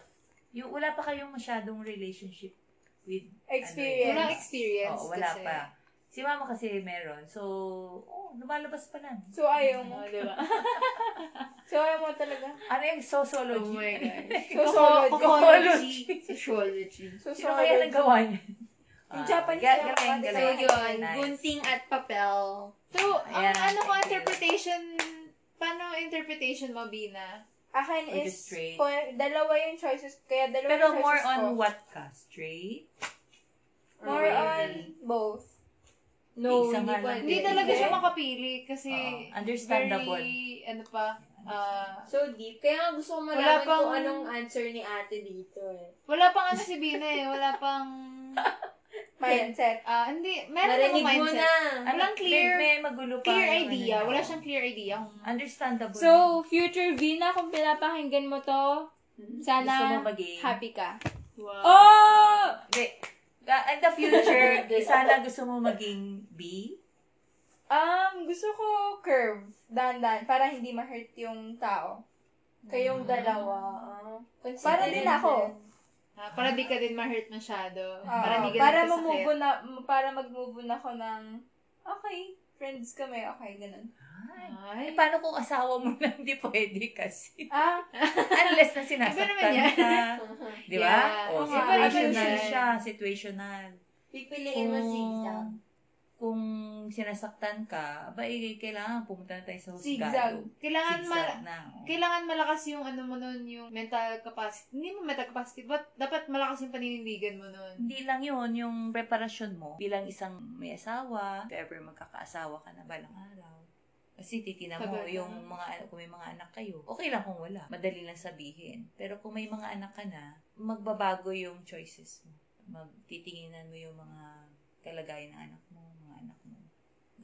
Speaker 3: yung wala pa kayong masyadong relationship with,
Speaker 2: Experience.
Speaker 1: Walang
Speaker 3: Yes.
Speaker 1: experience
Speaker 3: oo, wala
Speaker 1: kasi.
Speaker 3: pa. Si mama kasi meron, so, oh, lumalabas pa lang.
Speaker 2: So, ayaw mo. So, ayaw mo talaga.
Speaker 3: Ano yung
Speaker 4: Oh
Speaker 3: sociology? Ano
Speaker 4: my God.
Speaker 2: Sociology.
Speaker 3: Sociology.
Speaker 4: Sociology.
Speaker 3: Sino kaya
Speaker 2: Sociology.
Speaker 3: nagawa niya? Ah,
Speaker 2: Yung Japanese
Speaker 3: ga- galing,
Speaker 2: na kapatid.
Speaker 4: So
Speaker 3: galing.
Speaker 4: yun,
Speaker 3: Nice.
Speaker 4: gunting at papel.
Speaker 1: So, ang
Speaker 3: Ayan,
Speaker 1: ano ko
Speaker 3: thank you.
Speaker 1: interpretation, paano interpretation mo, Bina?
Speaker 2: Akin
Speaker 3: Or
Speaker 2: is,
Speaker 3: just straight.
Speaker 2: ko- dalawa yung choices, kaya dalawa
Speaker 3: Pero
Speaker 2: yung choices
Speaker 3: more
Speaker 2: ko.
Speaker 3: on what ka? Straight?
Speaker 2: More on both.
Speaker 4: No,
Speaker 3: Isa
Speaker 4: hindi
Speaker 3: nga
Speaker 4: pa.
Speaker 3: lang.
Speaker 1: Hindi
Speaker 3: Hindi.
Speaker 1: talaga siya
Speaker 3: Hindi.
Speaker 1: makapili kasi
Speaker 3: Oo, understandable.
Speaker 1: very, ano pa,
Speaker 3: Uh,
Speaker 1: ah,
Speaker 4: So deep. Kaya nga gusto ko
Speaker 1: Wala
Speaker 4: malaman
Speaker 1: pang-
Speaker 4: kung anong answer ni ate dito eh.
Speaker 1: wala pang ano si Bina eh, wala pang,
Speaker 2: Mindset.
Speaker 1: ah, hindi, meron namang
Speaker 4: Narinig mo
Speaker 1: mindset.
Speaker 4: na.
Speaker 1: Walang clear-
Speaker 3: May, may magulo pa.
Speaker 1: Clear
Speaker 3: yung ano
Speaker 1: idea,
Speaker 3: niya.
Speaker 1: wala siyang clear idea kung
Speaker 3: Understandable.
Speaker 10: So, future Vina, kung pinapakinggan mo to,
Speaker 3: gusto mo
Speaker 10: sana
Speaker 3: maging...
Speaker 10: happy ka.
Speaker 3: Oh! Hindi. Ga- In the future, sana gusto mo maging B?
Speaker 2: Um, gusto ko curve. Dandan. Para hindi ma-hurt yung tao. Kayong dalawa. ah. Para din ako.
Speaker 1: ah, para di ka din ma-hurt masyado.
Speaker 2: Oo,
Speaker 1: para di ka
Speaker 2: para
Speaker 1: din
Speaker 2: mamove
Speaker 1: kasakit.
Speaker 2: on na, m- para mag-move on ako ng, okay, friends kami, okay, ganun.
Speaker 1: Ay,
Speaker 3: Eh, paano kung asawa mo na hindi pwede kasi?
Speaker 2: Ah,
Speaker 3: Unless na
Speaker 1: Iba naman
Speaker 3: sinasaktan
Speaker 1: yan.
Speaker 3: ka. Di ba?
Speaker 1: Yeah.
Speaker 3: Oh,
Speaker 2: Oo
Speaker 3: situational
Speaker 2: nga.
Speaker 1: Iba naman.
Speaker 3: siya. Situational.
Speaker 4: Pipiliin mo si Isa.
Speaker 3: Oh. kung sinasaktan ka, aba, eh, kailangan pumunta na tayo sa husgado.
Speaker 2: Zigzag.
Speaker 1: kailangan ma-
Speaker 3: na. oh.
Speaker 1: kailangan malakas yung ano mo nun, yung mental capacity. Hindi mo mental capacity, but dapat malakas yung paninindigan mo nun.
Speaker 3: Hindi lang yun, yung preparasyon mo bilang isang may asawa, if ever magkakaasawa ka na balang araw. Kasi titina mo
Speaker 1: Tagal.
Speaker 3: yung mga, kung may mga anak kayo, okay lang kung wala. Madali lang sabihin. Pero kung may mga anak ka na, magbabago yung choices mo. Magtitinginan mo yung mga kalagayan ng anak mo, mga anak mo.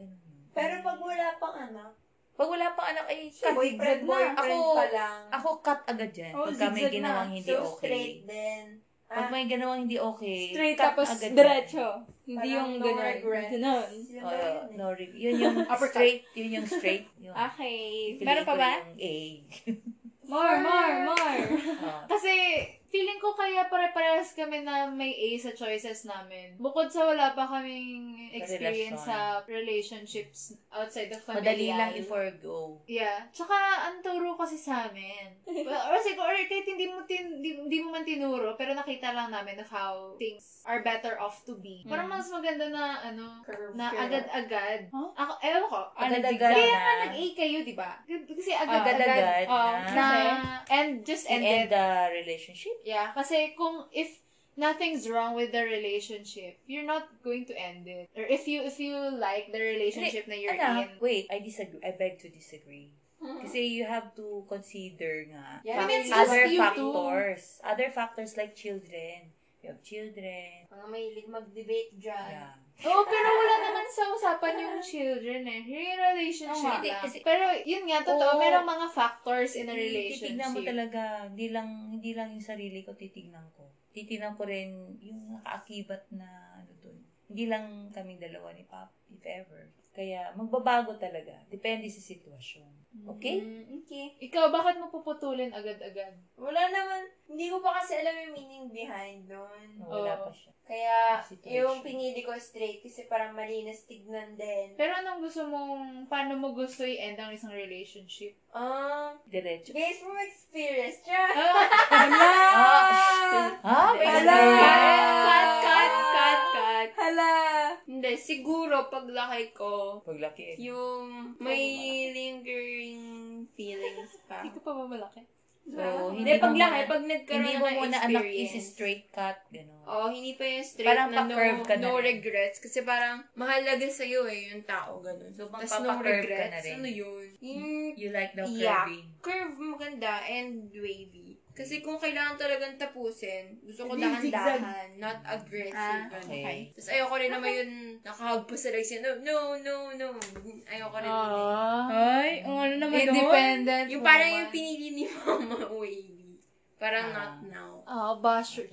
Speaker 3: Ganun yun.
Speaker 4: Pero pag wala pang anak,
Speaker 3: Pag wala pang anak, ay, cut.
Speaker 4: boyfriend, boyfriend
Speaker 3: Ako,
Speaker 4: pa lang.
Speaker 3: ako cut agad dyan.
Speaker 2: Oh,
Speaker 3: pagka may
Speaker 2: zigzag na.
Speaker 3: ginawang hindi
Speaker 4: so
Speaker 3: okay.
Speaker 4: straight din.
Speaker 3: Pag may ginawang hindi okay,
Speaker 10: Straight
Speaker 3: cut
Speaker 10: tapos
Speaker 3: agad yan.
Speaker 10: diretso. Hindi
Speaker 2: Parang
Speaker 10: yung
Speaker 2: no
Speaker 10: ganun.
Speaker 2: regrets.
Speaker 10: Ganun.
Speaker 4: Sila
Speaker 3: Oo,
Speaker 4: ba yun eh?
Speaker 3: no, re- yun yung straight, yun yung straight. Yun.
Speaker 2: Ah,
Speaker 10: Okay.
Speaker 3: Feeling
Speaker 10: Meron pa
Speaker 3: ko
Speaker 10: ba?
Speaker 3: Yung A.
Speaker 10: More, more, more.
Speaker 3: Oo.
Speaker 1: Kasi, Feeling ko kaya pare-parehas kami na may A sa choices namin. Bukod sa wala pa kaming experience sa relationships outside the family.
Speaker 3: Madali lang i-forgo.
Speaker 1: Yeah. Tsaka, ang turo kasi sa amin. Well, or siguro, or kahit hindi mo, tin, hindi, hindi mo man tinuro, pero nakita lang namin of how things are better off to be.
Speaker 3: Mm.
Speaker 1: Parang mas maganda na, ano,
Speaker 8: Curve,
Speaker 1: na
Speaker 8: curve.
Speaker 1: agad-agad. Ako, ewan ko.
Speaker 8: Ah,
Speaker 3: Agad-agad
Speaker 8: nabigla.
Speaker 1: Kaya nga
Speaker 3: na.
Speaker 1: nag-A kayo, di ba? Kasi agad-agad
Speaker 3: Agad-agad
Speaker 8: Oh,
Speaker 3: na.
Speaker 1: na, and just
Speaker 3: And
Speaker 1: ended.
Speaker 3: end the relationship.
Speaker 1: Yeah, kasi kung if nothing's wrong with the relationship, you're not going to end it. Or if you if you like the relationship na you're
Speaker 3: Anak,
Speaker 1: in.
Speaker 3: wait, I disagree. I beg to disagree. Kasi you have to consider nga
Speaker 8: Yeah.
Speaker 1: I mean, it's just
Speaker 3: other
Speaker 1: you too.
Speaker 3: factors. Other factors like children. You have children.
Speaker 5: Mga mahilig mag-debate dyan.
Speaker 3: Yeah.
Speaker 1: Oo, pero wala naman sa usapan yung children eh. Yung relationship
Speaker 3: Oo nga.
Speaker 1: lang.
Speaker 3: Kasi-
Speaker 1: Pero yun nga, totoo,
Speaker 3: Oo.
Speaker 1: merong mga factors in a relationship.
Speaker 3: Titignan mo talaga, hindi lang, hindi lang yung sarili ko, titignan ko. Titignan ko rin yung nakaakibat na ano dun. Hindi lang kaming dalawa ni Pop, if ever. Kaya magbabago talaga. Depende sa sitwasyon. Okay?
Speaker 8: Mm, okay.
Speaker 1: Ikaw, bakit mo puputulin agad-agad?
Speaker 8: Wala naman, hindi ko pa kasi alam yung meaning behind nun.
Speaker 3: No, wala
Speaker 1: Oo.
Speaker 3: pa siya.
Speaker 8: Kaya,
Speaker 3: Situation.
Speaker 8: yung pinili ko straight kasi parang malinis tignan din.
Speaker 1: Pero anong gusto mong, paano mo gusto i-end ang isang relationship?
Speaker 8: Um,
Speaker 3: Diretso.
Speaker 8: based from experience, siya.
Speaker 1: Ah,
Speaker 3: Ah! Ah, may
Speaker 8: Wala!
Speaker 1: cut, cut, cut, cut.
Speaker 8: Hala!
Speaker 4: Hindi, siguro paglaki ko,
Speaker 3: Paglaki.
Speaker 4: yung may lingering feelings pa.
Speaker 1: Hindi ka pa ba malaki?
Speaker 3: So,
Speaker 4: Hindi,
Speaker 3: mo
Speaker 4: paglaki,
Speaker 3: muna-
Speaker 4: pag nagkaroon
Speaker 3: hindi
Speaker 4: na
Speaker 3: mo
Speaker 4: ng
Speaker 3: muna anak is
Speaker 4: experience.
Speaker 3: straight cut. Ganun.
Speaker 4: Oh, hindi pa yung straight
Speaker 3: Parang
Speaker 4: na no,
Speaker 3: pa-curve ka na
Speaker 4: no
Speaker 3: rin.
Speaker 4: regrets. Kasi parang mahalaga sa'yo eh, yung tao, ganun. So,
Speaker 3: Tapos
Speaker 4: pag
Speaker 3: no
Speaker 4: no
Speaker 3: curve ka na
Speaker 4: regrets,
Speaker 3: rin.
Speaker 4: ano yun? Yung
Speaker 3: You like the
Speaker 4: Yeah.
Speaker 3: curvy.
Speaker 4: curve maganda and wavy. Kasi kung kailangan talagang tapusin, gusto ko dahan-dahan, not aggressive. ganun.
Speaker 3: Okay.
Speaker 4: Tapos ayoko rin naman yun, nakahagpas sa legs yun, no, no, no, no. Ayoko rin. yun eh.
Speaker 5: Ay, ang ano naman
Speaker 1: Independent
Speaker 4: Yung parang yung pinili ni mama, wavy. Parang
Speaker 3: Ah.
Speaker 4: not now.
Speaker 1: Oh, basher.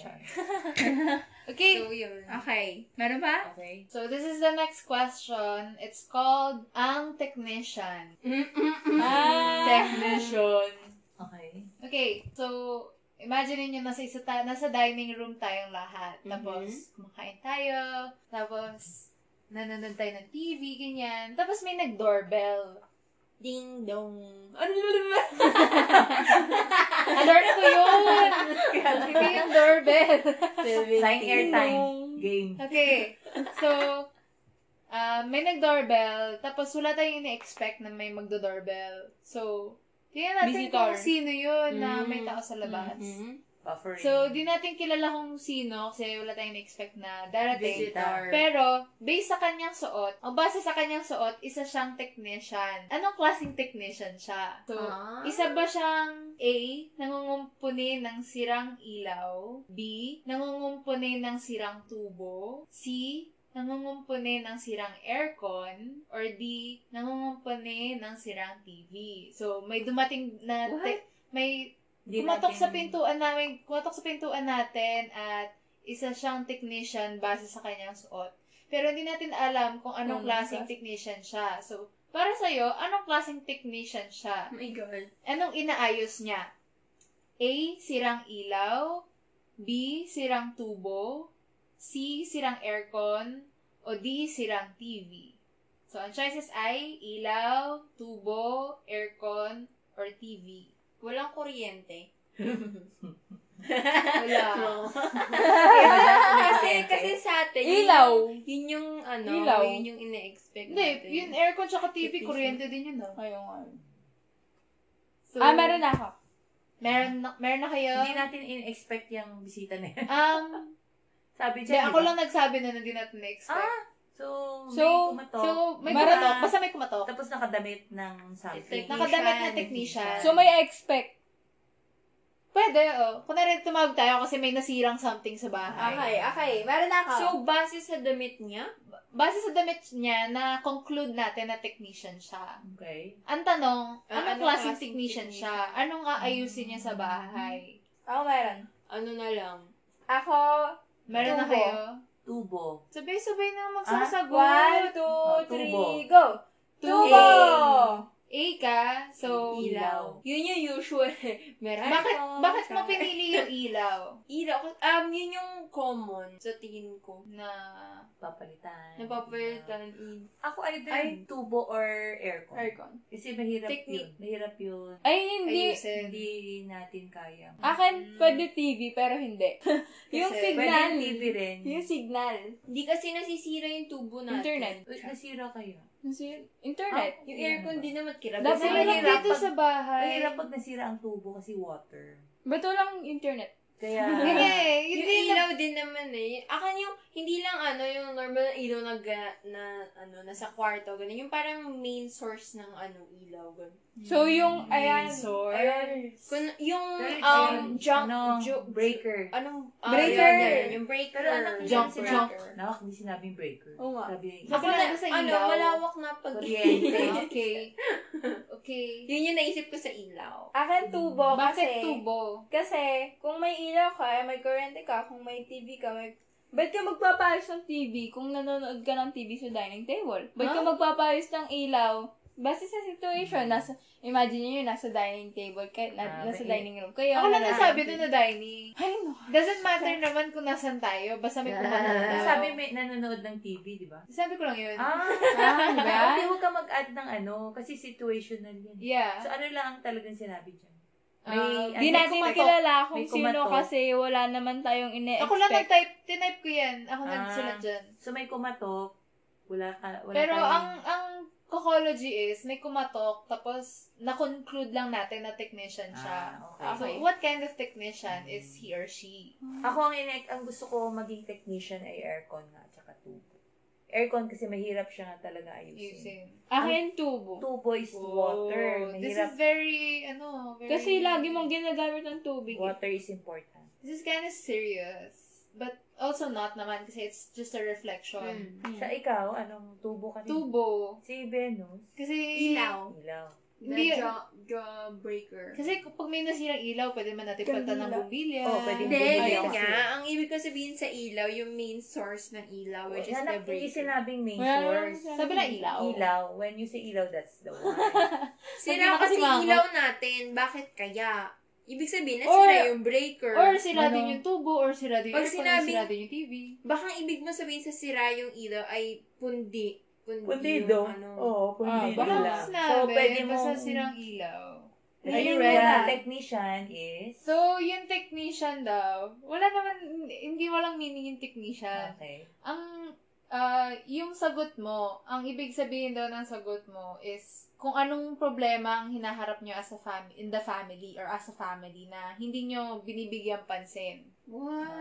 Speaker 1: Okay.
Speaker 4: So, yun.
Speaker 5: Okay. Meron ba?
Speaker 3: Okay.
Speaker 1: So, this is the next question. It's called Ang Technician. Technician.
Speaker 3: Okay.
Speaker 1: Okay, so, imagine nyo, nasa, isa ta- nasa dining room tayong lahat.
Speaker 4: Mm-hmm.
Speaker 1: Tapos, kumakain tayo. Tapos, nanonood tayo ng TV, ganyan. Tapos, may nag-doorbell.
Speaker 4: Ding dong.
Speaker 1: Alert ko yun! Hindi yung doorbell.
Speaker 3: Sign airtime. Game.
Speaker 1: Okay, so, ah, may nag-doorbell. Tapos, wala tayong ini-expect na may magdo-doorbell. So, tingnan natin
Speaker 4: Visitor. Mm. Mm-hmm.
Speaker 1: kung sino yun na may tao sa labas.
Speaker 3: Buffering.
Speaker 1: So, di natin kilala kung sino kasi wala tayong expect na darating.
Speaker 3: Visitor.
Speaker 1: Pero, based sa kanyang suot, o base sa kanyang suot, isa siyang technician. Anong klaseng technician siya? So,
Speaker 4: Ah.
Speaker 1: isa ba siyang A, nangungumpuni ng sirang ilaw? B, nangungumpuni ng sirang tubo? C, nangungumpuni ng sirang aircon? Or D, nangungumpuni ng sirang TV? So, may dumating na... te- may
Speaker 3: Di
Speaker 1: kumatok
Speaker 3: natin-
Speaker 1: sa pintuan namin, kumatok sa pintuan natin at isa siyang technician base sa kanyang suot. Pero hindi natin alam kung anong
Speaker 3: Anong
Speaker 1: klaseng
Speaker 3: klas-
Speaker 1: technician siya. So, para sa'yo, anong klaseng technician siya?
Speaker 4: Oh my God.
Speaker 1: Anong inaayos niya? A. Sirang ilaw. B. Sirang tubo. C. Sirang aircon. O D. Sirang TV. So, ang choices ay ilaw, tubo, aircon, or TV.
Speaker 4: Walang kuryente.
Speaker 1: Wala.
Speaker 4: kasi, kasi sa atin, yun
Speaker 8: Ilaw.
Speaker 4: yung- Yun yung, ano,
Speaker 8: Ilaw.
Speaker 4: yun yung ina-expect
Speaker 1: Hindi,
Speaker 4: natin.
Speaker 1: yun eh. aircon tsaka TV,
Speaker 4: Efficient.
Speaker 1: kuryente din yun, ah.
Speaker 8: Ayun nga.
Speaker 1: So,
Speaker 8: Ah, meron na ako.
Speaker 1: Meron na, meron na kayo?
Speaker 3: Hindi natin in-expect yung bisita na yan.
Speaker 1: um,
Speaker 3: Sabi
Speaker 1: hindi,
Speaker 3: siya,
Speaker 1: ako lang nagsabi na hindi natin na-expect.
Speaker 3: diba? Ah, so,
Speaker 8: So,
Speaker 3: may kumatok.
Speaker 1: so, may
Speaker 3: Mara-
Speaker 1: kumatok. Basta may kumatok.
Speaker 3: Tapos nakadamit ng something.
Speaker 4: Technician.
Speaker 1: Nakadamit
Speaker 5: diba?
Speaker 1: na technician.
Speaker 8: So, may expect.
Speaker 1: Pwede, oh. Kunwari, tumawag tayo kasi may nasirang something sa bahay.
Speaker 8: Okay, okay. Meron na ako.
Speaker 4: So,
Speaker 1: Oh.
Speaker 4: base sa damit niya,
Speaker 1: Base sa damit niya, na-conclude natin na technician siya.
Speaker 3: Okay.
Speaker 1: Ang tanong, anong
Speaker 4: Ah, anong
Speaker 1: klaseng
Speaker 4: klaseng
Speaker 1: technician
Speaker 4: technician?
Speaker 1: siya? Anong aayusin niya sa bahay?
Speaker 8: ako meron.
Speaker 4: ano na lang.
Speaker 8: Ako,
Speaker 1: Meron na
Speaker 8: Tubo.
Speaker 1: kayo?
Speaker 3: Tubo.
Speaker 1: Sabay-sabay na magsasagot.
Speaker 8: one, two,
Speaker 3: Ah, tubo.
Speaker 8: three, go!
Speaker 1: Tubo.
Speaker 8: Tubo!
Speaker 4: A.
Speaker 1: A ka, so...
Speaker 3: Ilaw.
Speaker 5: Yun yung usual. Meron
Speaker 1: Bakit, Ah, bakit mo pinili yung ilaw?
Speaker 5: Ilaw. ko- Um, yun yung common sa tingin ko na
Speaker 3: Papalitan.
Speaker 5: napapalitan ng ilaw.
Speaker 3: Ako either
Speaker 5: Ay.
Speaker 3: tubo or aircon.
Speaker 8: Aircon.
Speaker 3: Kasi mahirap
Speaker 5: Technique.
Speaker 3: yun. Mahirap yun.
Speaker 2: Ay, hindi.
Speaker 1: Ayusin.
Speaker 3: Hindi natin kaya.
Speaker 2: Akin, pwede TV, pero hindi. yung
Speaker 1: Kasi-
Speaker 3: Pwede
Speaker 2: signal.
Speaker 3: yung TV rin.
Speaker 2: Yung signal.
Speaker 5: Hindi kasi nasisira yung tubo natin.
Speaker 2: Internet.
Speaker 3: Uy, Nasira kayo.
Speaker 2: Yung si- Internet.
Speaker 5: Yung aircon din na
Speaker 4: Ah.
Speaker 5: matkira.
Speaker 2: Dapat
Speaker 1: Kasi
Speaker 5: Kasi
Speaker 2: mahirap
Speaker 1: hirap dito
Speaker 5: mahirap
Speaker 1: sa bahay.
Speaker 3: Mahirap pag nasira ang tubo kasi water.
Speaker 2: Ba't walang internet?
Speaker 3: Kaya,
Speaker 1: Hindi,
Speaker 5: Yung
Speaker 1: hindi na.
Speaker 5: ilaw din naman eh. Akin yung, hindi lang ano, yung normal na ilaw na, ga- na ano, nasa kwarto, ganun. Yung parang main source ng ano, ilaw, ganun.
Speaker 2: So, yung, ayan.
Speaker 1: Source.
Speaker 5: Kun, yung, um,
Speaker 3: Ayun,
Speaker 5: junk,
Speaker 3: ano,
Speaker 5: jo-
Speaker 3: breaker.
Speaker 5: anong, ah,
Speaker 2: Breaker.
Speaker 5: yun, ganun, yung breaker.
Speaker 3: Pero anak ko
Speaker 1: Junk,
Speaker 3: sinabi-
Speaker 1: junk.
Speaker 3: Nakak, hindi sinabing breaker.
Speaker 2: Oo nga.
Speaker 3: Sabi niya,
Speaker 5: Ako
Speaker 1: Sinabi
Speaker 5: na,
Speaker 1: sa
Speaker 5: ano,
Speaker 1: ilaw.
Speaker 5: malawak na pag...
Speaker 3: Kuryente.
Speaker 1: Okay. Okay.
Speaker 5: Yun yung naisip ko sa ilaw.
Speaker 8: Akin tubo
Speaker 1: Bakit
Speaker 8: kasi.
Speaker 1: tubo?
Speaker 8: Kasi, kung may ilaw
Speaker 2: eh,
Speaker 8: ka, may kuryente ka, kung may TV ka, may...
Speaker 2: Ba't ka magpapayos ng TV kung nanonood ka ng TV sa dining table? Ba't ka magpapayos ng ilaw? Base sa situation, nasa, imagine nyo, nasa dining table, kayo, na,
Speaker 3: Ah,
Speaker 2: nasa
Speaker 3: may-
Speaker 2: dining room kayo.
Speaker 1: Ako lang
Speaker 2: nanonood
Speaker 1: nasabi
Speaker 2: ng
Speaker 1: doon
Speaker 2: TV.
Speaker 1: na dining.
Speaker 2: Ay, no.
Speaker 1: Doesn't matter naman kung nasan tayo, basta may pumanaw.
Speaker 3: "Ah, Sabi may nanonood ng TV, di ba?
Speaker 1: Sabi ko lang yun.
Speaker 3: Ah,
Speaker 2: Ah, di ba?
Speaker 3: Hindi, huwag ka mag-add ng ano, kasi situational yan.
Speaker 1: Yeah.
Speaker 3: So, ano lang ang talagang sinabi dyan?
Speaker 1: Ah,
Speaker 3: May,
Speaker 2: Um, Di
Speaker 3: ano,
Speaker 2: natin
Speaker 3: may-
Speaker 2: kilala kung
Speaker 3: may
Speaker 2: sino
Speaker 3: kumatok.
Speaker 2: kasi wala naman tayong ine-expect.
Speaker 1: Ako lang nag-type, tinype ko yan. Ako
Speaker 3: Ah.
Speaker 1: nagsulat dyan.
Speaker 3: So, may kumatok, wala ka, wala
Speaker 1: Pero
Speaker 3: tayong-
Speaker 1: ang ang cocology is, may kumatok, tapos na-conclude lang natin na technician siya.
Speaker 3: Ah, okay.
Speaker 1: So, what kind of technician is he or she?
Speaker 3: Ako ang inek, ang gusto ko maging technician ay aircon nga, tsaka tubo. Aircon kasi mahirap siya nga talaga ayusin.
Speaker 1: Using.
Speaker 2: Akin, tubo.
Speaker 3: Tubo is water.
Speaker 1: Oh, This is
Speaker 3: Mahirap.
Speaker 1: very, ano, very...
Speaker 2: Kasi lagi mong ginagamit ng tubig. eh.
Speaker 3: Water is important.
Speaker 1: This is kind of serious. But also not naman kasi it's just a
Speaker 2: Hmm.
Speaker 1: reflection.
Speaker 3: Sa ikaw, anong tubo ka rin?
Speaker 1: Tubo.
Speaker 3: Si Venus.
Speaker 1: Kasi...
Speaker 5: Ilaw.
Speaker 3: Ilaw.
Speaker 5: The
Speaker 1: Hindi.
Speaker 5: jaw, jaw breaker.
Speaker 1: Kasi kapag may nasirang ilaw, pwede man natin palitan ng bumbilya.
Speaker 3: Oh, pwede.
Speaker 5: Hindi,
Speaker 3: Ayaw
Speaker 5: yun
Speaker 3: kasi.
Speaker 5: nga. Ang ibig ko sabihin sa ilaw, yung main source ng ilaw, which is the
Speaker 3: Hanap yung
Speaker 5: breaker.
Speaker 3: sinabing main
Speaker 2: Wala
Speaker 3: source.
Speaker 2: naman
Speaker 1: Sabi na ilaw.
Speaker 3: Ilaw. When you say ilaw, that's the one.
Speaker 5: Sira
Speaker 1: Sabi na
Speaker 5: kasi
Speaker 1: kasi mangot.
Speaker 5: ilaw natin. Bakit kaya? Ibig sabihin,
Speaker 1: Or-
Speaker 5: nasira yung breaker.
Speaker 1: Or sira
Speaker 3: Ano?
Speaker 1: din yung tubo, or sira din
Speaker 5: Pag
Speaker 1: yung aircon, or
Speaker 5: sinabing-
Speaker 1: sira din yung TV.
Speaker 5: Baka ang ibig mo sabihin sa sira yung ilaw ay pundi. Pundi,
Speaker 3: pundido.
Speaker 5: yung ano.
Speaker 3: Oo, pundido
Speaker 2: Ah,
Speaker 1: Baka
Speaker 2: Ilaw.
Speaker 1: mas
Speaker 3: lang.
Speaker 1: namin,
Speaker 3: So, pwede
Speaker 1: basta
Speaker 3: mong-
Speaker 1: sirang ilaw.
Speaker 3: Are you
Speaker 1: Ayun
Speaker 3: ready?
Speaker 1: nga.
Speaker 3: Technician is...
Speaker 1: So, yung technician daw, wala naman, hindi walang meaning yung technician.
Speaker 3: Okay.
Speaker 1: Ang, ah, yung sagot mo, ang ibig sabihin daw ng sagot mo is kung anong problema ang hinaharap nyo as a fam- in the family or as a family na hindi nyo binibigyan pansin.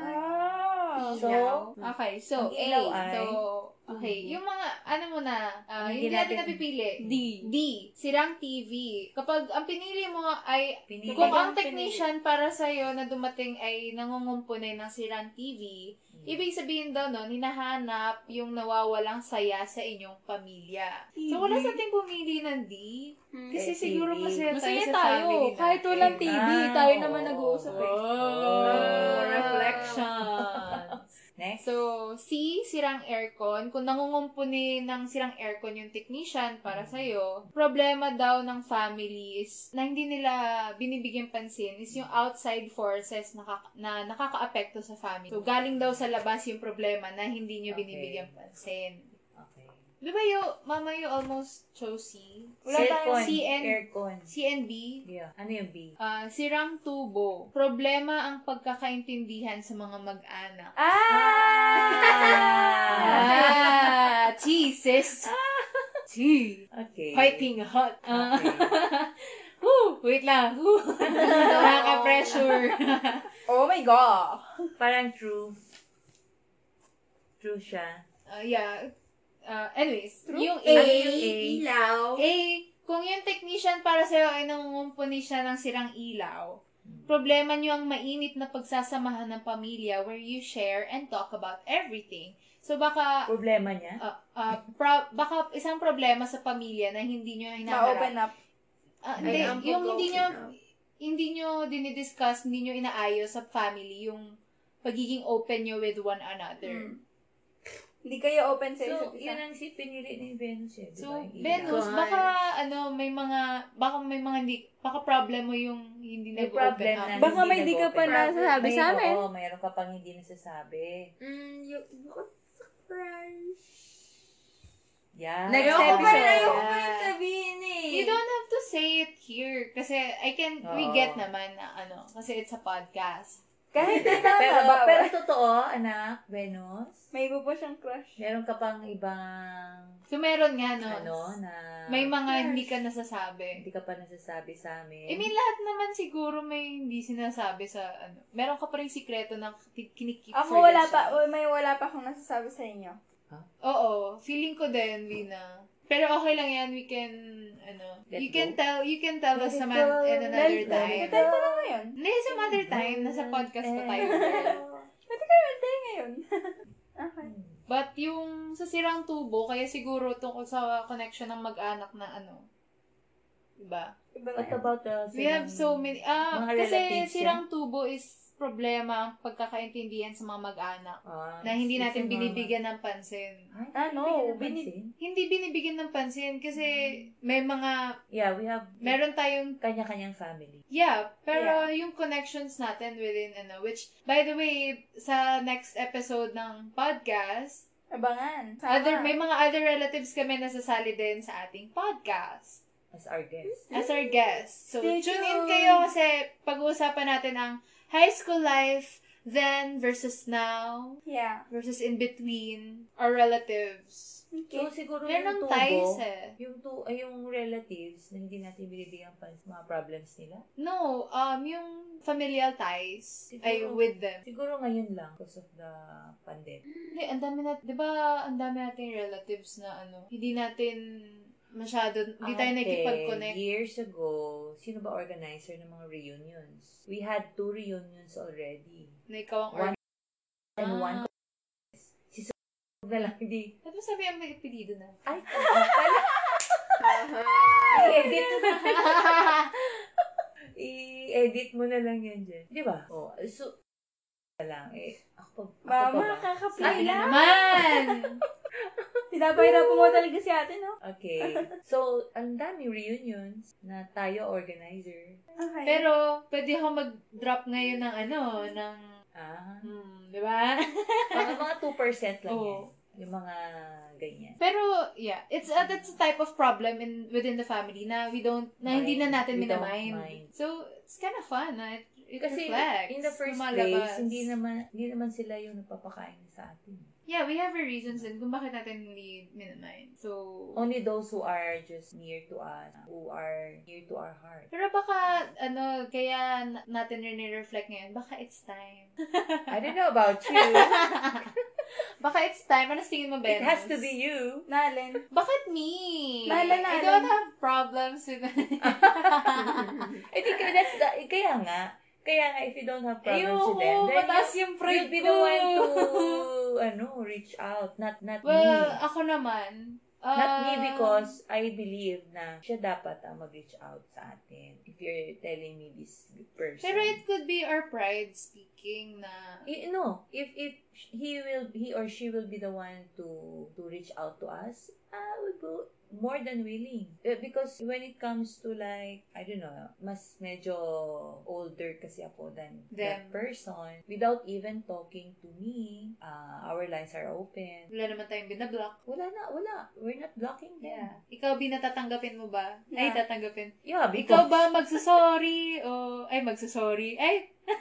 Speaker 2: Ah.
Speaker 3: So,
Speaker 2: Okay, so,
Speaker 3: Ang
Speaker 2: A.
Speaker 3: ilaw ay-
Speaker 1: So, okay. Yung mga, ano muna, ah, hindi
Speaker 3: Hindi
Speaker 1: natin
Speaker 3: natin-
Speaker 1: napipili.
Speaker 2: D.
Speaker 1: D. Sirang TV. Kapag ang pinili mo ay
Speaker 3: pinili.
Speaker 1: kung
Speaker 8: ang
Speaker 1: ang
Speaker 8: pinili.
Speaker 1: technician para sa'yo na dumating ay nangungumpunay ng sirang TV, ibig sabihin daw nun, hinahanap yung nawawalang saya sa inyong pamilya. So, wala sa ating pumili ng D. Kasi
Speaker 3: Eh,
Speaker 1: siguro
Speaker 3: TV.
Speaker 1: masaya tayo
Speaker 2: Hmm. Masaya
Speaker 1: sa
Speaker 2: tayo.
Speaker 1: family
Speaker 2: Kahit
Speaker 1: natin.
Speaker 2: walang TV,
Speaker 3: Ah,
Speaker 2: tayo naman
Speaker 3: oo.
Speaker 2: nag-uusap. eh.
Speaker 1: Oh,
Speaker 3: Oh.
Speaker 1: reflections.
Speaker 3: Next.
Speaker 1: So, C, sirang aircon. Kung nangungumpuni ng sirang aircon yung technician para sa'yo, problema daw ng family is na hindi nila binibigyan pansin is yung outside forces na, kak- na nakakaapekto sa family. So, galing daw sa labas yung problema na hindi nyo
Speaker 3: Okay.
Speaker 1: binibigyan pansin.
Speaker 3: Okay.
Speaker 1: Di ba you, mama, you almost chose C? Wala
Speaker 3: Aircon.
Speaker 1: tayong C and,
Speaker 3: Aircon.
Speaker 1: C and B.
Speaker 3: Yeah. Ano yung B?
Speaker 1: Ah, sirang tubo. Problema ang pagkakaintindihan sa mga mag-anak.
Speaker 3: Ah!
Speaker 1: Ah, Jesus. Tea.
Speaker 3: okay.
Speaker 1: Piping hot. Ah.
Speaker 3: Okay.
Speaker 1: Woo, wait lang. Woo. Nakaka-pressure.
Speaker 8: Oh my God!
Speaker 3: Parang true. True siya.
Speaker 1: Ah, yeah. Ah, anyways, yung A.
Speaker 5: A,
Speaker 3: A.
Speaker 5: Ano ilaw.
Speaker 1: A, kung yung technician para sa'yo ay nangungumpuni siya ng sirang ilaw, problema nyo ang mainit na pagsasamahan ng pamilya where you share and talk about everything. So baka
Speaker 3: Problema niya?
Speaker 1: ah, ah, pro- baka isang problema sa pamilya na hindi nyo hinaharap
Speaker 8: Na-open up.
Speaker 1: Ah,
Speaker 5: Ay,
Speaker 1: hindi,
Speaker 5: ang
Speaker 1: yung hindi nyo,
Speaker 5: pag-open up.
Speaker 1: hindi nyo dinidiscuss, hindi nyo
Speaker 3: Hmm.
Speaker 1: inaayos sa family yung pagiging open nyo with one another.
Speaker 8: Hindi kayo open sa isa't
Speaker 3: So,
Speaker 8: isa.
Speaker 3: yun ang si pinili ni Venus eh. di
Speaker 1: So,
Speaker 3: ba? Yung ilaw.
Speaker 1: Venus,
Speaker 4: Gosh.
Speaker 1: baka ano, may mga, baka may mga hindi, baka problem mo yung hindi
Speaker 3: May
Speaker 1: nag-open
Speaker 3: problem
Speaker 1: up.
Speaker 3: na
Speaker 8: Baka may
Speaker 3: hindi
Speaker 8: di ka pa
Speaker 3: nag-open.
Speaker 8: nasasabi
Speaker 3: May-
Speaker 8: sa amin.
Speaker 3: Oo, mayroon ka pang hindi nasasabi.
Speaker 4: Mm, yung, crush.
Speaker 3: Yeah.
Speaker 8: Next
Speaker 4: Ayoko pa rin,
Speaker 8: episode.
Speaker 4: ayoko pa rin sabihin eh.
Speaker 1: You don't have to say it here. Kasi I can, we
Speaker 3: Oo.
Speaker 1: get naman na ano, kasi it's a podcast.
Speaker 8: Kahit na tama
Speaker 3: Pero,
Speaker 8: ba?
Speaker 3: pero totoo, anak, Venus,
Speaker 8: may iba pa siyang crush.
Speaker 3: meron ka pang ibang,
Speaker 1: So, meron nga nun.
Speaker 3: ano, na,
Speaker 1: may mga hindi ka nasasabi.
Speaker 3: hindi ka pa nasasabi sa amin.
Speaker 1: I mean, lahat naman siguro may hindi sinasabi sa ano. Meron ka pa rin sikreto na ki- kinikip
Speaker 3: Ah,
Speaker 8: Ako
Speaker 1: for
Speaker 8: wala
Speaker 1: yourself.
Speaker 8: pa, o, may wala pa akong nasasabi sa inyo.
Speaker 1: Oo, feeling ko din, Vina. Pero okay lang yan, we can, ano,
Speaker 3: Let
Speaker 1: you can
Speaker 3: go.
Speaker 1: tell, you can tell us
Speaker 3: Let
Speaker 1: naman
Speaker 3: it go.
Speaker 1: at another time.
Speaker 3: Let- let Mm-hmm. it
Speaker 8: Patay ko na ngayon.
Speaker 1: Hindi, some other time, nasa podcast pa tayo. girl.
Speaker 8: Patay ngayon. okay.
Speaker 1: But yung sa sirang tubo, kaya siguro tungkol sa connection ng mag-anak na ano, diba?
Speaker 8: Iba na
Speaker 3: What
Speaker 8: yun.
Speaker 3: about the...
Speaker 1: We have so many, ah,
Speaker 3: Mga
Speaker 1: kasi
Speaker 3: relatives niya?
Speaker 1: sirang tubo is problema ang pagkakaintindihan sa mga mag-anak
Speaker 3: Ah,
Speaker 1: na hindi natin binibigyan ng pansin.
Speaker 8: Ah, no,
Speaker 1: Hindi binibigyan ng pansin kasi
Speaker 3: Mm.
Speaker 1: may mga,
Speaker 3: Yeah, we have
Speaker 1: meron tayong
Speaker 3: kanya-kanyang family.
Speaker 1: Yeah, pero yung connections natin within ano, which by the way, sa next episode ng podcast,
Speaker 8: Abangan.
Speaker 1: other may mga other relatives kami nasasali din sa ating podcast
Speaker 3: As our guest.
Speaker 1: as our guests. So
Speaker 8: Stay
Speaker 1: tune
Speaker 8: tuned.
Speaker 1: in kayo kasi pag-uusapan natin ang high school life then versus now
Speaker 8: Yeah.
Speaker 1: versus in between our relatives.
Speaker 3: So, siguro
Speaker 1: Hmm,
Speaker 3: yung
Speaker 1: Meron ng
Speaker 3: tubo,
Speaker 1: ties eh.
Speaker 3: yung, tu ay, yung relatives na hindi natin binibigyan pa sa mga problems nila.
Speaker 1: No, um yung familial ties ay
Speaker 3: Siguro.
Speaker 1: with them.
Speaker 3: Siguro ngayon lang because of the pandemic.
Speaker 1: Hindi, ang dami na, di ba, ang dami nating relatives na ano, hindi natin masyado, hindi tayo
Speaker 3: Ate,
Speaker 1: nakikipag-connect.
Speaker 3: Years ago, sino ba organizer ng mga reunions? We had two reunions already.
Speaker 1: Na ikaw ang
Speaker 3: One
Speaker 1: organ.
Speaker 3: and
Speaker 1: Ah.
Speaker 3: one si Sir na lang hindi.
Speaker 1: Ba't mo sabi ang may apelido na?
Speaker 3: Ay, pala. I-edit mo na. I-edit mo na lang yan dyan. Di ba? Oh, so, na lang. Eh, ako pa, ako
Speaker 8: Mama,
Speaker 3: pa ba?
Speaker 1: Ay,
Speaker 8: kakapila.
Speaker 1: naman!
Speaker 8: Pinapahirapan mo talaga si ate, no?
Speaker 3: Okay. So, ang dami reunions na tayo organizer.
Speaker 8: Okay.
Speaker 1: Pero, pwede akong mag-drop ngayon ng ano, ng,
Speaker 3: Ah,
Speaker 1: hmm, di ba?
Speaker 3: mga mga 2% lang
Speaker 1: Oo.
Speaker 3: yan.
Speaker 8: Oh.
Speaker 3: Yung mga ganyan.
Speaker 1: Pero, yeah, it's a, that's a type of problem in within the family na we don't, na hindi na
Speaker 3: Mind.
Speaker 1: natin
Speaker 3: We don't
Speaker 1: minamind.
Speaker 3: mind.
Speaker 1: So, it's kind of fun na it, it
Speaker 3: Kasi
Speaker 1: reflects.
Speaker 3: in the first
Speaker 1: lumalabas.
Speaker 3: place, hindi naman hindi naman sila yung nagpapakain sa atin.
Speaker 1: Yeah, we have our reasons din kung bakit natin hindi minamind. So,
Speaker 3: Only those who are just near to us, who are near to our heart.
Speaker 1: pero baka, ano, kaya na- natin rin reflect ngayon, baka it's time.
Speaker 3: I don't know about you.
Speaker 1: baka it's time. Ano sa tingin mo,
Speaker 3: It
Speaker 1: Venus?
Speaker 3: has to be you.
Speaker 8: Nalin.
Speaker 1: Bakit me?
Speaker 8: Lala,
Speaker 1: I
Speaker 8: lala.
Speaker 1: don't have problems with
Speaker 3: I think that's the, eh, kaya nga, kaya nga if you don't have problems
Speaker 1: Ayoko,
Speaker 3: with them, then
Speaker 1: mataas
Speaker 3: you,
Speaker 1: yung pride
Speaker 3: you'll be
Speaker 1: ko.
Speaker 3: the one to, ano, reach out, not not
Speaker 1: Well,
Speaker 3: me.
Speaker 1: ako naman.
Speaker 3: Not
Speaker 1: um,
Speaker 3: me because I believe na siya dapat ang mag-reach out sa atin if you're telling me this person.
Speaker 1: Pero it could be our pride speaking na...
Speaker 3: I- no, if if he will he or she will be the one to to reach out to us, I would go more than willing. Eh, Because when it comes to like, I don't know, mas medyo older kasi ako than
Speaker 1: Them.
Speaker 3: that person, without even talking to me, uh, our lines are open.
Speaker 1: Wala naman tayong binablock.
Speaker 3: Wala na, wala. We're not blocking them.
Speaker 1: Ikaw, binatatanggapin mo ba? Ay,
Speaker 8: Yeah.
Speaker 1: tatanggapin.
Speaker 3: Yeah,
Speaker 1: Ikaw ba magsasorry? o, ay, magsasorry? Ay,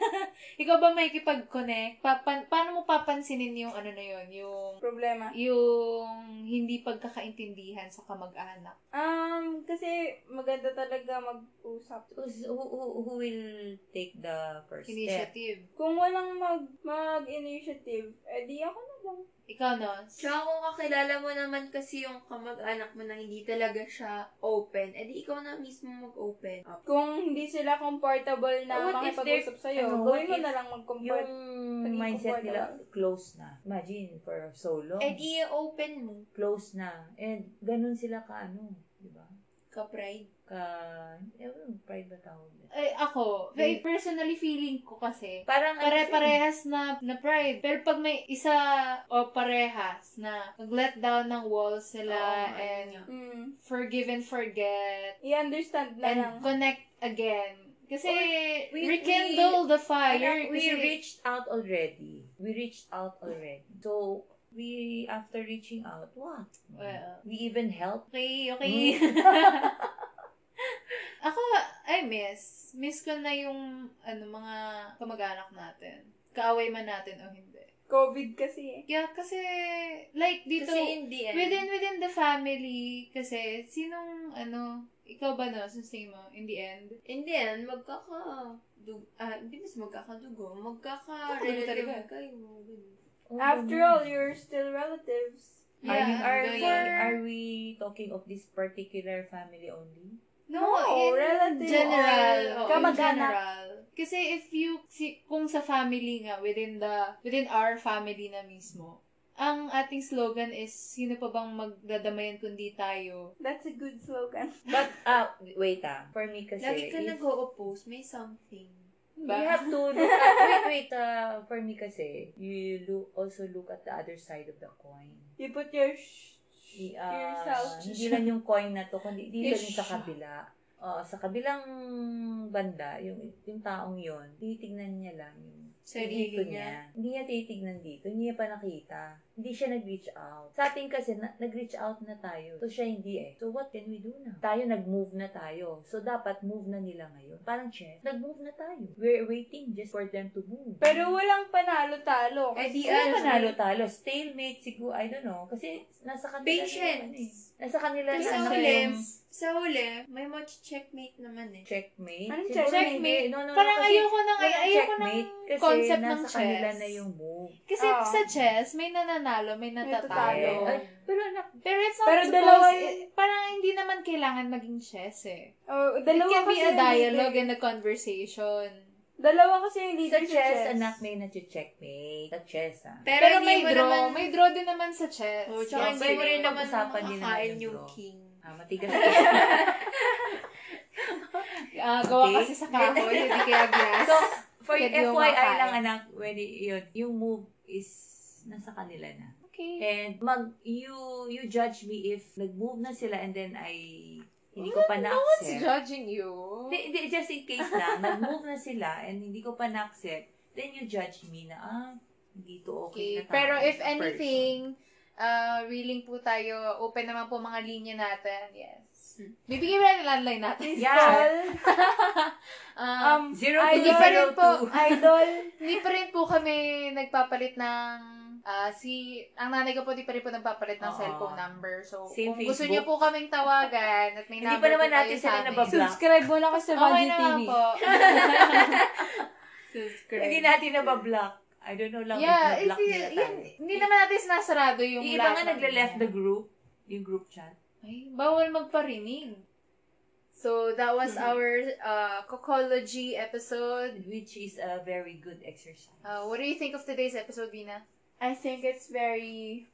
Speaker 1: ikaw ba may kipag-connect? Pa- pa- paano mo papansinin yung ano na yun? Yung,
Speaker 8: Problema.
Speaker 1: yung hindi pagkakaintindihan sa kamag-anak?
Speaker 8: Um, kasi maganda talaga mag-usap.
Speaker 3: Who's- who, who, who will take the first step?
Speaker 1: Initiative.
Speaker 8: Kung walang mag, mag-initiative, edi ako na lang.
Speaker 1: Ikaw, Nos?
Speaker 4: Tsaka kung kakilala mo naman kasi yung kamag-anak mo na hindi talaga siya open, edi ikaw na mismo mag-open up.
Speaker 8: Kung hindi sila comfortable na
Speaker 3: What if
Speaker 8: makipag-usap
Speaker 3: ano,
Speaker 8: sa'yo,
Speaker 3: what
Speaker 8: gawin mo
Speaker 3: if
Speaker 8: na lang mag-comfort.
Speaker 3: Yung
Speaker 8: Pagiging
Speaker 3: mindset
Speaker 8: comfortable.
Speaker 3: nila, close na. Imagine, for so long.
Speaker 4: Edi open mo.
Speaker 3: close na. And ganun sila ka ano, di ba?
Speaker 4: Ka-pride.
Speaker 3: Ka, ewan, pride ba tawag na?
Speaker 1: Ay, ako, eh,
Speaker 3: Mm.
Speaker 1: personally feeling ko kasi,
Speaker 3: Parang, ano siya eh.
Speaker 1: pare-parehas na, na pride. Pero pag may isa o parehas na mag-let down ng walls nila
Speaker 3: Oo,
Speaker 1: and
Speaker 3: ayun nga.
Speaker 2: Mm.
Speaker 1: forgive and forget
Speaker 2: I-understand na lang.
Speaker 1: and connect again. Kasi,
Speaker 3: we-
Speaker 1: rekindle the fire.
Speaker 3: Parang we
Speaker 1: kasi,
Speaker 3: reached out already. We reached out already. So, we, after reaching out, what?
Speaker 1: Well.
Speaker 3: we even help.
Speaker 1: Okay, okay.
Speaker 3: Hmm.
Speaker 1: Ako, I miss. Miss ko na yung ano, mga kamag-anak natin. Kaaway man natin o hindi.
Speaker 2: COVID kasi eh.
Speaker 1: Yeah, kasi, like, dito,
Speaker 4: Kasi hindi eh.
Speaker 1: within, within the family, kasi, sinong, ano, ikaw ba no, since tingin mo, in the end?
Speaker 4: In the end, magkaka... Dug, ah, hindi mas magkakadugo.
Speaker 1: Magkakalayo
Speaker 4: Magkaka-relative kayo. ganun.
Speaker 1: Ano
Speaker 3: Oh,
Speaker 2: After all, you're still relatives.
Speaker 3: are, we,
Speaker 1: Yeah,
Speaker 3: are,
Speaker 1: ganun.
Speaker 3: we, are we talking of this particular family only?
Speaker 1: No, in
Speaker 2: relative
Speaker 1: general.
Speaker 2: or
Speaker 1: oo, in
Speaker 2: Kamag-anak.
Speaker 1: general. Kasi if you, si, kung sa family nga, within the, within our family na mismo, ang ating slogan is, sino pa bang magdadamayan kundi tayo?
Speaker 2: That's a good slogan.
Speaker 3: But, uh, wait ah, for me kasi,
Speaker 4: Lagi ka
Speaker 3: if-
Speaker 4: nag-o-oppose. May something.
Speaker 1: Ba?
Speaker 3: You have to look at, wait, wait, uh, for me kasi, you look, also look at the other side of the coin.
Speaker 2: You put your sh-
Speaker 3: I-
Speaker 2: sh-
Speaker 3: ah,
Speaker 2: yourself.
Speaker 3: Hindi lang yung coin na to, kundi dito
Speaker 4: Yes.
Speaker 3: din sa kabila. Oo, sa kabilang banda, yung, yung taong yon titignan niya lang yung
Speaker 4: Sarili
Speaker 3: dito
Speaker 4: niya.
Speaker 3: Hindi niya titignan dito. Hindi niya pa nakita. Hindi siya nag-reach out. Sa atin kasi, na, nag-reach out na tayo. So, siya hindi eh. So, what can we do now? Tayo, nag-move na tayo. So, dapat move na nila ngayon. Parang chess, nag-move na tayo. We're waiting just for them to move.
Speaker 2: Pero walang panalo-talo.
Speaker 4: Eh di,
Speaker 3: Wala
Speaker 4: ano,
Speaker 3: panalo-talo. Stalemate siguro, I don't know. Kasi nasa kanila
Speaker 4: Patience.
Speaker 3: na yun eh. Nasa kanila
Speaker 4: Tapos
Speaker 3: na
Speaker 4: sa
Speaker 3: ano
Speaker 4: huli,
Speaker 3: yung
Speaker 4: sa huli, may much checkmate naman eh.
Speaker 3: checkmate.
Speaker 2: Anong
Speaker 3: Siguro
Speaker 2: checkmate?
Speaker 3: hindi. No, no, no,
Speaker 1: Parang
Speaker 3: kasi
Speaker 1: ayoko ng, ay,
Speaker 3: walang
Speaker 1: ayoko ng
Speaker 3: checkmate kasi
Speaker 1: concept ng
Speaker 3: nasa kanila
Speaker 1: chess.
Speaker 3: na yung move.
Speaker 1: Kasi
Speaker 2: Oo.
Speaker 1: sa chess, may nananalo, may
Speaker 2: tatalo.
Speaker 1: natatalo.
Speaker 3: Ay, pero anak,
Speaker 1: Pero it's not
Speaker 2: Pero
Speaker 1: supposed,
Speaker 2: dalawa
Speaker 1: eh, parang hindi naman kailangan maging chess eh.
Speaker 2: Oh,
Speaker 1: It
Speaker 2: dalawa
Speaker 1: can be
Speaker 2: kasi
Speaker 1: a
Speaker 2: yung
Speaker 1: dialogue and
Speaker 2: leader. eh.
Speaker 1: a conversation.
Speaker 2: Dalawa kasi yung
Speaker 3: sa
Speaker 2: leader
Speaker 3: chess, anak, may na-checkmate. Sa chess, ah.
Speaker 4: Pero,
Speaker 1: Pero,
Speaker 4: hindi
Speaker 1: may
Speaker 4: mo
Speaker 1: draw.
Speaker 4: naman,
Speaker 1: May draw din naman sa chess.
Speaker 4: oh,
Speaker 3: Yeah,
Speaker 4: tsaka hindi mo
Speaker 3: pero
Speaker 4: rin naman
Speaker 3: pag-usapan din naman
Speaker 4: makakain
Speaker 3: yung
Speaker 4: yung
Speaker 3: draw.
Speaker 4: king.
Speaker 3: Ah, matigas na
Speaker 1: Ah, gawa
Speaker 3: Okay.
Speaker 1: kasi sa kahoy, hindi kaya glass.
Speaker 3: So, for
Speaker 1: Kaya di mo
Speaker 3: FYI
Speaker 1: makain.
Speaker 3: lang, anak, when y- yun, yung move is nasa kanila na.
Speaker 1: okay.
Speaker 3: And mag, you you judge me if nag-move na sila and then I, hindi ko pa
Speaker 1: Ano? No one's
Speaker 3: na-accept.
Speaker 1: judging you.
Speaker 3: Hindi, hindi, just in case lang, nag-move na sila and hindi ko pa na-accept, then you judge me na, ah, hindi to okay,
Speaker 1: Okay.
Speaker 3: na tao,
Speaker 1: Pero if
Speaker 3: na person.
Speaker 1: anything, uh, willing po tayo, open naman po mga linya natin. Yes. Bibigyan mo lang yung landline natin.
Speaker 3: Hmm. Yeah.
Speaker 1: Ah,
Speaker 2: Um,
Speaker 1: hindi pa rin po.
Speaker 3: 0202.
Speaker 2: idol.
Speaker 1: Hindi pa rin po kami nagpapalit ng ah, si ang nanay ko po di pa rin po nagpapalit ng
Speaker 3: Oo.
Speaker 1: cellphone number. So
Speaker 3: Ah. Same
Speaker 1: kung gusto
Speaker 3: Facebook.
Speaker 1: niyo po kaming tawagan at may
Speaker 3: Hindi
Speaker 1: number
Speaker 3: pa naman
Speaker 1: po tayo
Speaker 3: natin
Speaker 1: sa
Speaker 3: sila
Speaker 1: amin.
Speaker 3: nabablock.
Speaker 2: Oh, Subscribe mo lang kasi sa
Speaker 1: Diba? Okay
Speaker 2: Vanji
Speaker 1: naman
Speaker 2: TV.
Speaker 1: po.
Speaker 3: Hindi natin nabablock. I don't know lang
Speaker 1: yeah,
Speaker 3: if nablock
Speaker 1: hindi,
Speaker 3: nila
Speaker 1: yun,
Speaker 3: tayo.
Speaker 1: hindi naman natin sinasarado yung
Speaker 3: Yung iba
Speaker 1: lahat
Speaker 3: nga
Speaker 1: ng
Speaker 3: nagle-left
Speaker 1: linya.
Speaker 3: the group, yung group chat.
Speaker 1: Ay, bawal magparinig. So, that was our uh, Cocology episode.
Speaker 3: Which is a very good exercise.
Speaker 1: Uh, what do you think of today's episode, Vina?
Speaker 2: I think it's very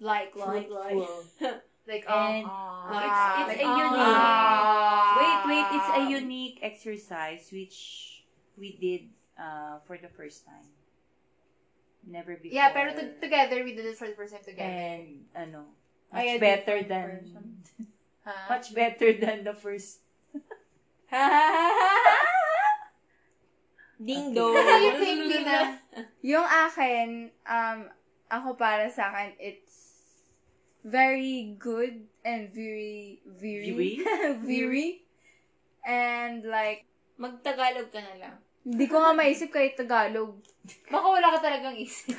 Speaker 2: like, like, like.
Speaker 3: Fruitful.
Speaker 1: Like,
Speaker 3: And-
Speaker 1: uh,
Speaker 3: It's, it's a
Speaker 2: Ah.
Speaker 3: unique.
Speaker 1: Ah.
Speaker 3: Wait, wait. It's a unique exercise which we did uh, for the first time. Never before.
Speaker 1: Yeah, pero to- together, we did it for the first time together.
Speaker 3: And, ano,
Speaker 2: I
Speaker 3: much
Speaker 2: had
Speaker 3: better
Speaker 2: different
Speaker 3: than,
Speaker 2: version.
Speaker 1: Huh?
Speaker 3: much better than the first.
Speaker 4: Ding
Speaker 3: Okay.
Speaker 4: dong.
Speaker 1: What do you think, Vina?
Speaker 2: Yung akin, um, ako para sa akin, it's very good and very, very, very, and like,
Speaker 4: Magtagalog ka na lang.
Speaker 2: hindi ko nga maisip kahit Tagalog.
Speaker 1: Baka wala ka talagang isip.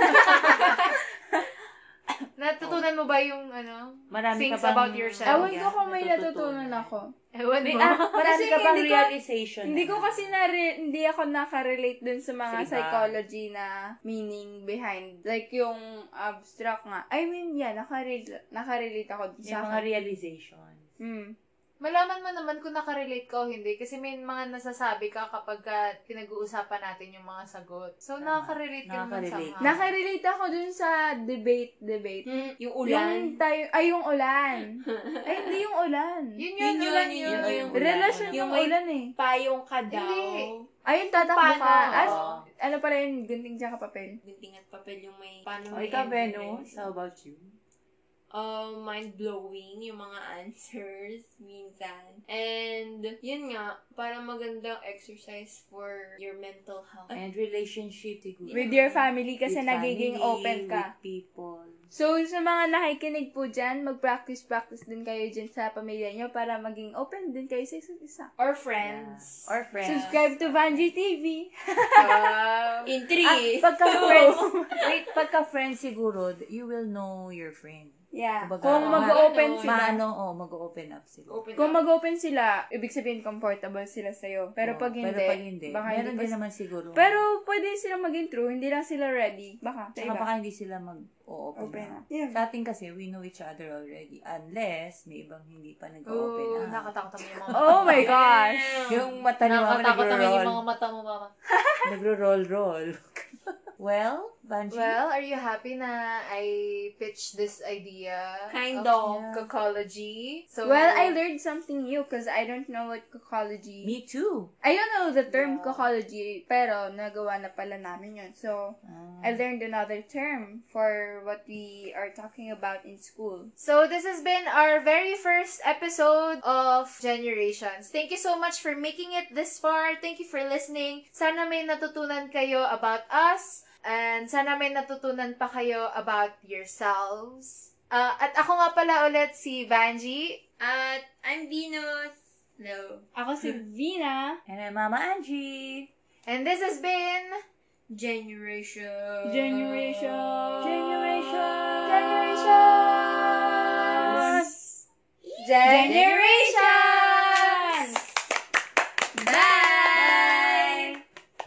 Speaker 1: Natutunan mo ba yung, ano,
Speaker 3: Marami
Speaker 1: things
Speaker 3: ka bang-
Speaker 1: about yourself?
Speaker 3: Ayaw
Speaker 2: Ewan ko kung may natutunan ako.
Speaker 1: Ewan
Speaker 3: May,
Speaker 1: mo.
Speaker 3: ah, marami
Speaker 2: Kasi
Speaker 3: ka bang
Speaker 2: hindi ko-
Speaker 3: realization?
Speaker 2: Hindi ko kasi nare- hindi ako nakarelate dun sa
Speaker 3: Sa
Speaker 2: mga
Speaker 3: iba.
Speaker 2: psychology na meaning behind. Like yung abstract nga. I mean, yeah, nakarelate, nakarelate ako dun sa
Speaker 3: Yung mga
Speaker 2: akin.
Speaker 3: realizations.
Speaker 2: Hmm.
Speaker 1: Malaman mo naman kung nakarelate ka o hindi kasi may mga nasasabi ka kapag ah, pinag-uusapan natin yung mga sagot. So,
Speaker 3: Tama.
Speaker 1: nakarelate ka naman
Speaker 3: Nakakarelate.
Speaker 1: somehow.
Speaker 2: Nakarelate ako dun sa debate, debate.
Speaker 4: Yung
Speaker 2: Yung tayo, ay, yung ulan. ay, hindi yung ulan.
Speaker 1: Yun yun,
Speaker 3: yun,
Speaker 1: ulan
Speaker 3: yun,
Speaker 1: yun.
Speaker 3: yun, yun.
Speaker 2: Relasyon
Speaker 3: Yung
Speaker 2: yung
Speaker 3: may-
Speaker 2: ulan eh.
Speaker 5: Payong ka daw.
Speaker 1: Hindi.
Speaker 2: Ayun, tatakbo ka.
Speaker 5: Paano?
Speaker 2: As,
Speaker 3: Oh.
Speaker 2: ano pala yun, gunting tsaka papel.
Speaker 5: Gunting at papel yung may... Paano
Speaker 3: O,
Speaker 5: may
Speaker 3: Oh, ikaw,
Speaker 5: end
Speaker 3: Beno,
Speaker 4: eh.
Speaker 5: yun?
Speaker 3: how about you?
Speaker 5: uh, mind-blowing yung mga answers minsan. And, yun nga, para magandang exercise for your mental health.
Speaker 3: And relationship, siguro.
Speaker 2: With your family kasi
Speaker 3: With
Speaker 2: nagiging
Speaker 3: family,
Speaker 2: open ka.
Speaker 3: With people.
Speaker 2: So, sa mga nakikinig po dyan, mag-practice-practice din kayo dyan sa pamilya nyo para maging open din kayo sa isa't isa.
Speaker 5: Or friends.
Speaker 3: Or friends.
Speaker 2: Subscribe to Vanji TV.
Speaker 5: In
Speaker 3: Ah,
Speaker 5: three.
Speaker 3: pagka-friends, wait, pagka-friends siguro, you will know your friend.
Speaker 2: Yeah.
Speaker 3: Kumbaga,
Speaker 2: Kung
Speaker 3: ma-
Speaker 2: mag-open
Speaker 5: ano,
Speaker 2: sila.
Speaker 3: Maano, oh, mag-open up sila.
Speaker 5: Open
Speaker 2: Kung
Speaker 5: up.
Speaker 2: mag-open sila, ibig sabihin comfortable sila sa'yo. Pero
Speaker 3: Oo,
Speaker 2: pag hindi,
Speaker 3: pero pag hindi,
Speaker 2: baka
Speaker 3: meron
Speaker 2: hindi
Speaker 3: din
Speaker 2: pa-
Speaker 3: naman siguro.
Speaker 2: Pero pwede silang maging true, hindi lang sila ready. Baka, sa
Speaker 3: Saka
Speaker 2: iba.
Speaker 3: baka hindi sila mag-open
Speaker 2: Open
Speaker 3: up.
Speaker 2: up. Yeah.
Speaker 3: Sa atin kasi, we know each other already. Unless, may ibang hindi pa nag-open
Speaker 1: Oh,
Speaker 3: up.
Speaker 1: nakatakot naman yung mga mata.
Speaker 2: Oh my gosh!
Speaker 3: Yung mata ni mama
Speaker 1: Nakatakot naman yung
Speaker 3: nagro-roll.
Speaker 1: mga mata mo, mama.
Speaker 3: Nagro-roll-roll. well, Banji?
Speaker 1: Well, are you happy na I pitched this idea?
Speaker 5: Kind
Speaker 1: of. Cocology. So,
Speaker 2: Well, I learned something new because I don't know what cocology...
Speaker 3: me too.
Speaker 2: I don't know the term cocology, pero nagawa na pala namin yun. So,
Speaker 3: Ah.
Speaker 2: I learned another term for what we are talking about in school.
Speaker 1: So this has been our very first episode of Generations. Thank you so much for making it this far. Thank you for listening. Sana may natutunan kayo about us and sana may natutunan pa kayo about yourselves. Ah, at ako nga pala ulit si Vanji.
Speaker 4: At I'm Venus. Hello.
Speaker 2: Ako si Vina.
Speaker 3: And I'm Mama Angie.
Speaker 1: And this has been
Speaker 4: Generation.
Speaker 2: Generation. Generation.
Speaker 1: Generations!
Speaker 2: Generation.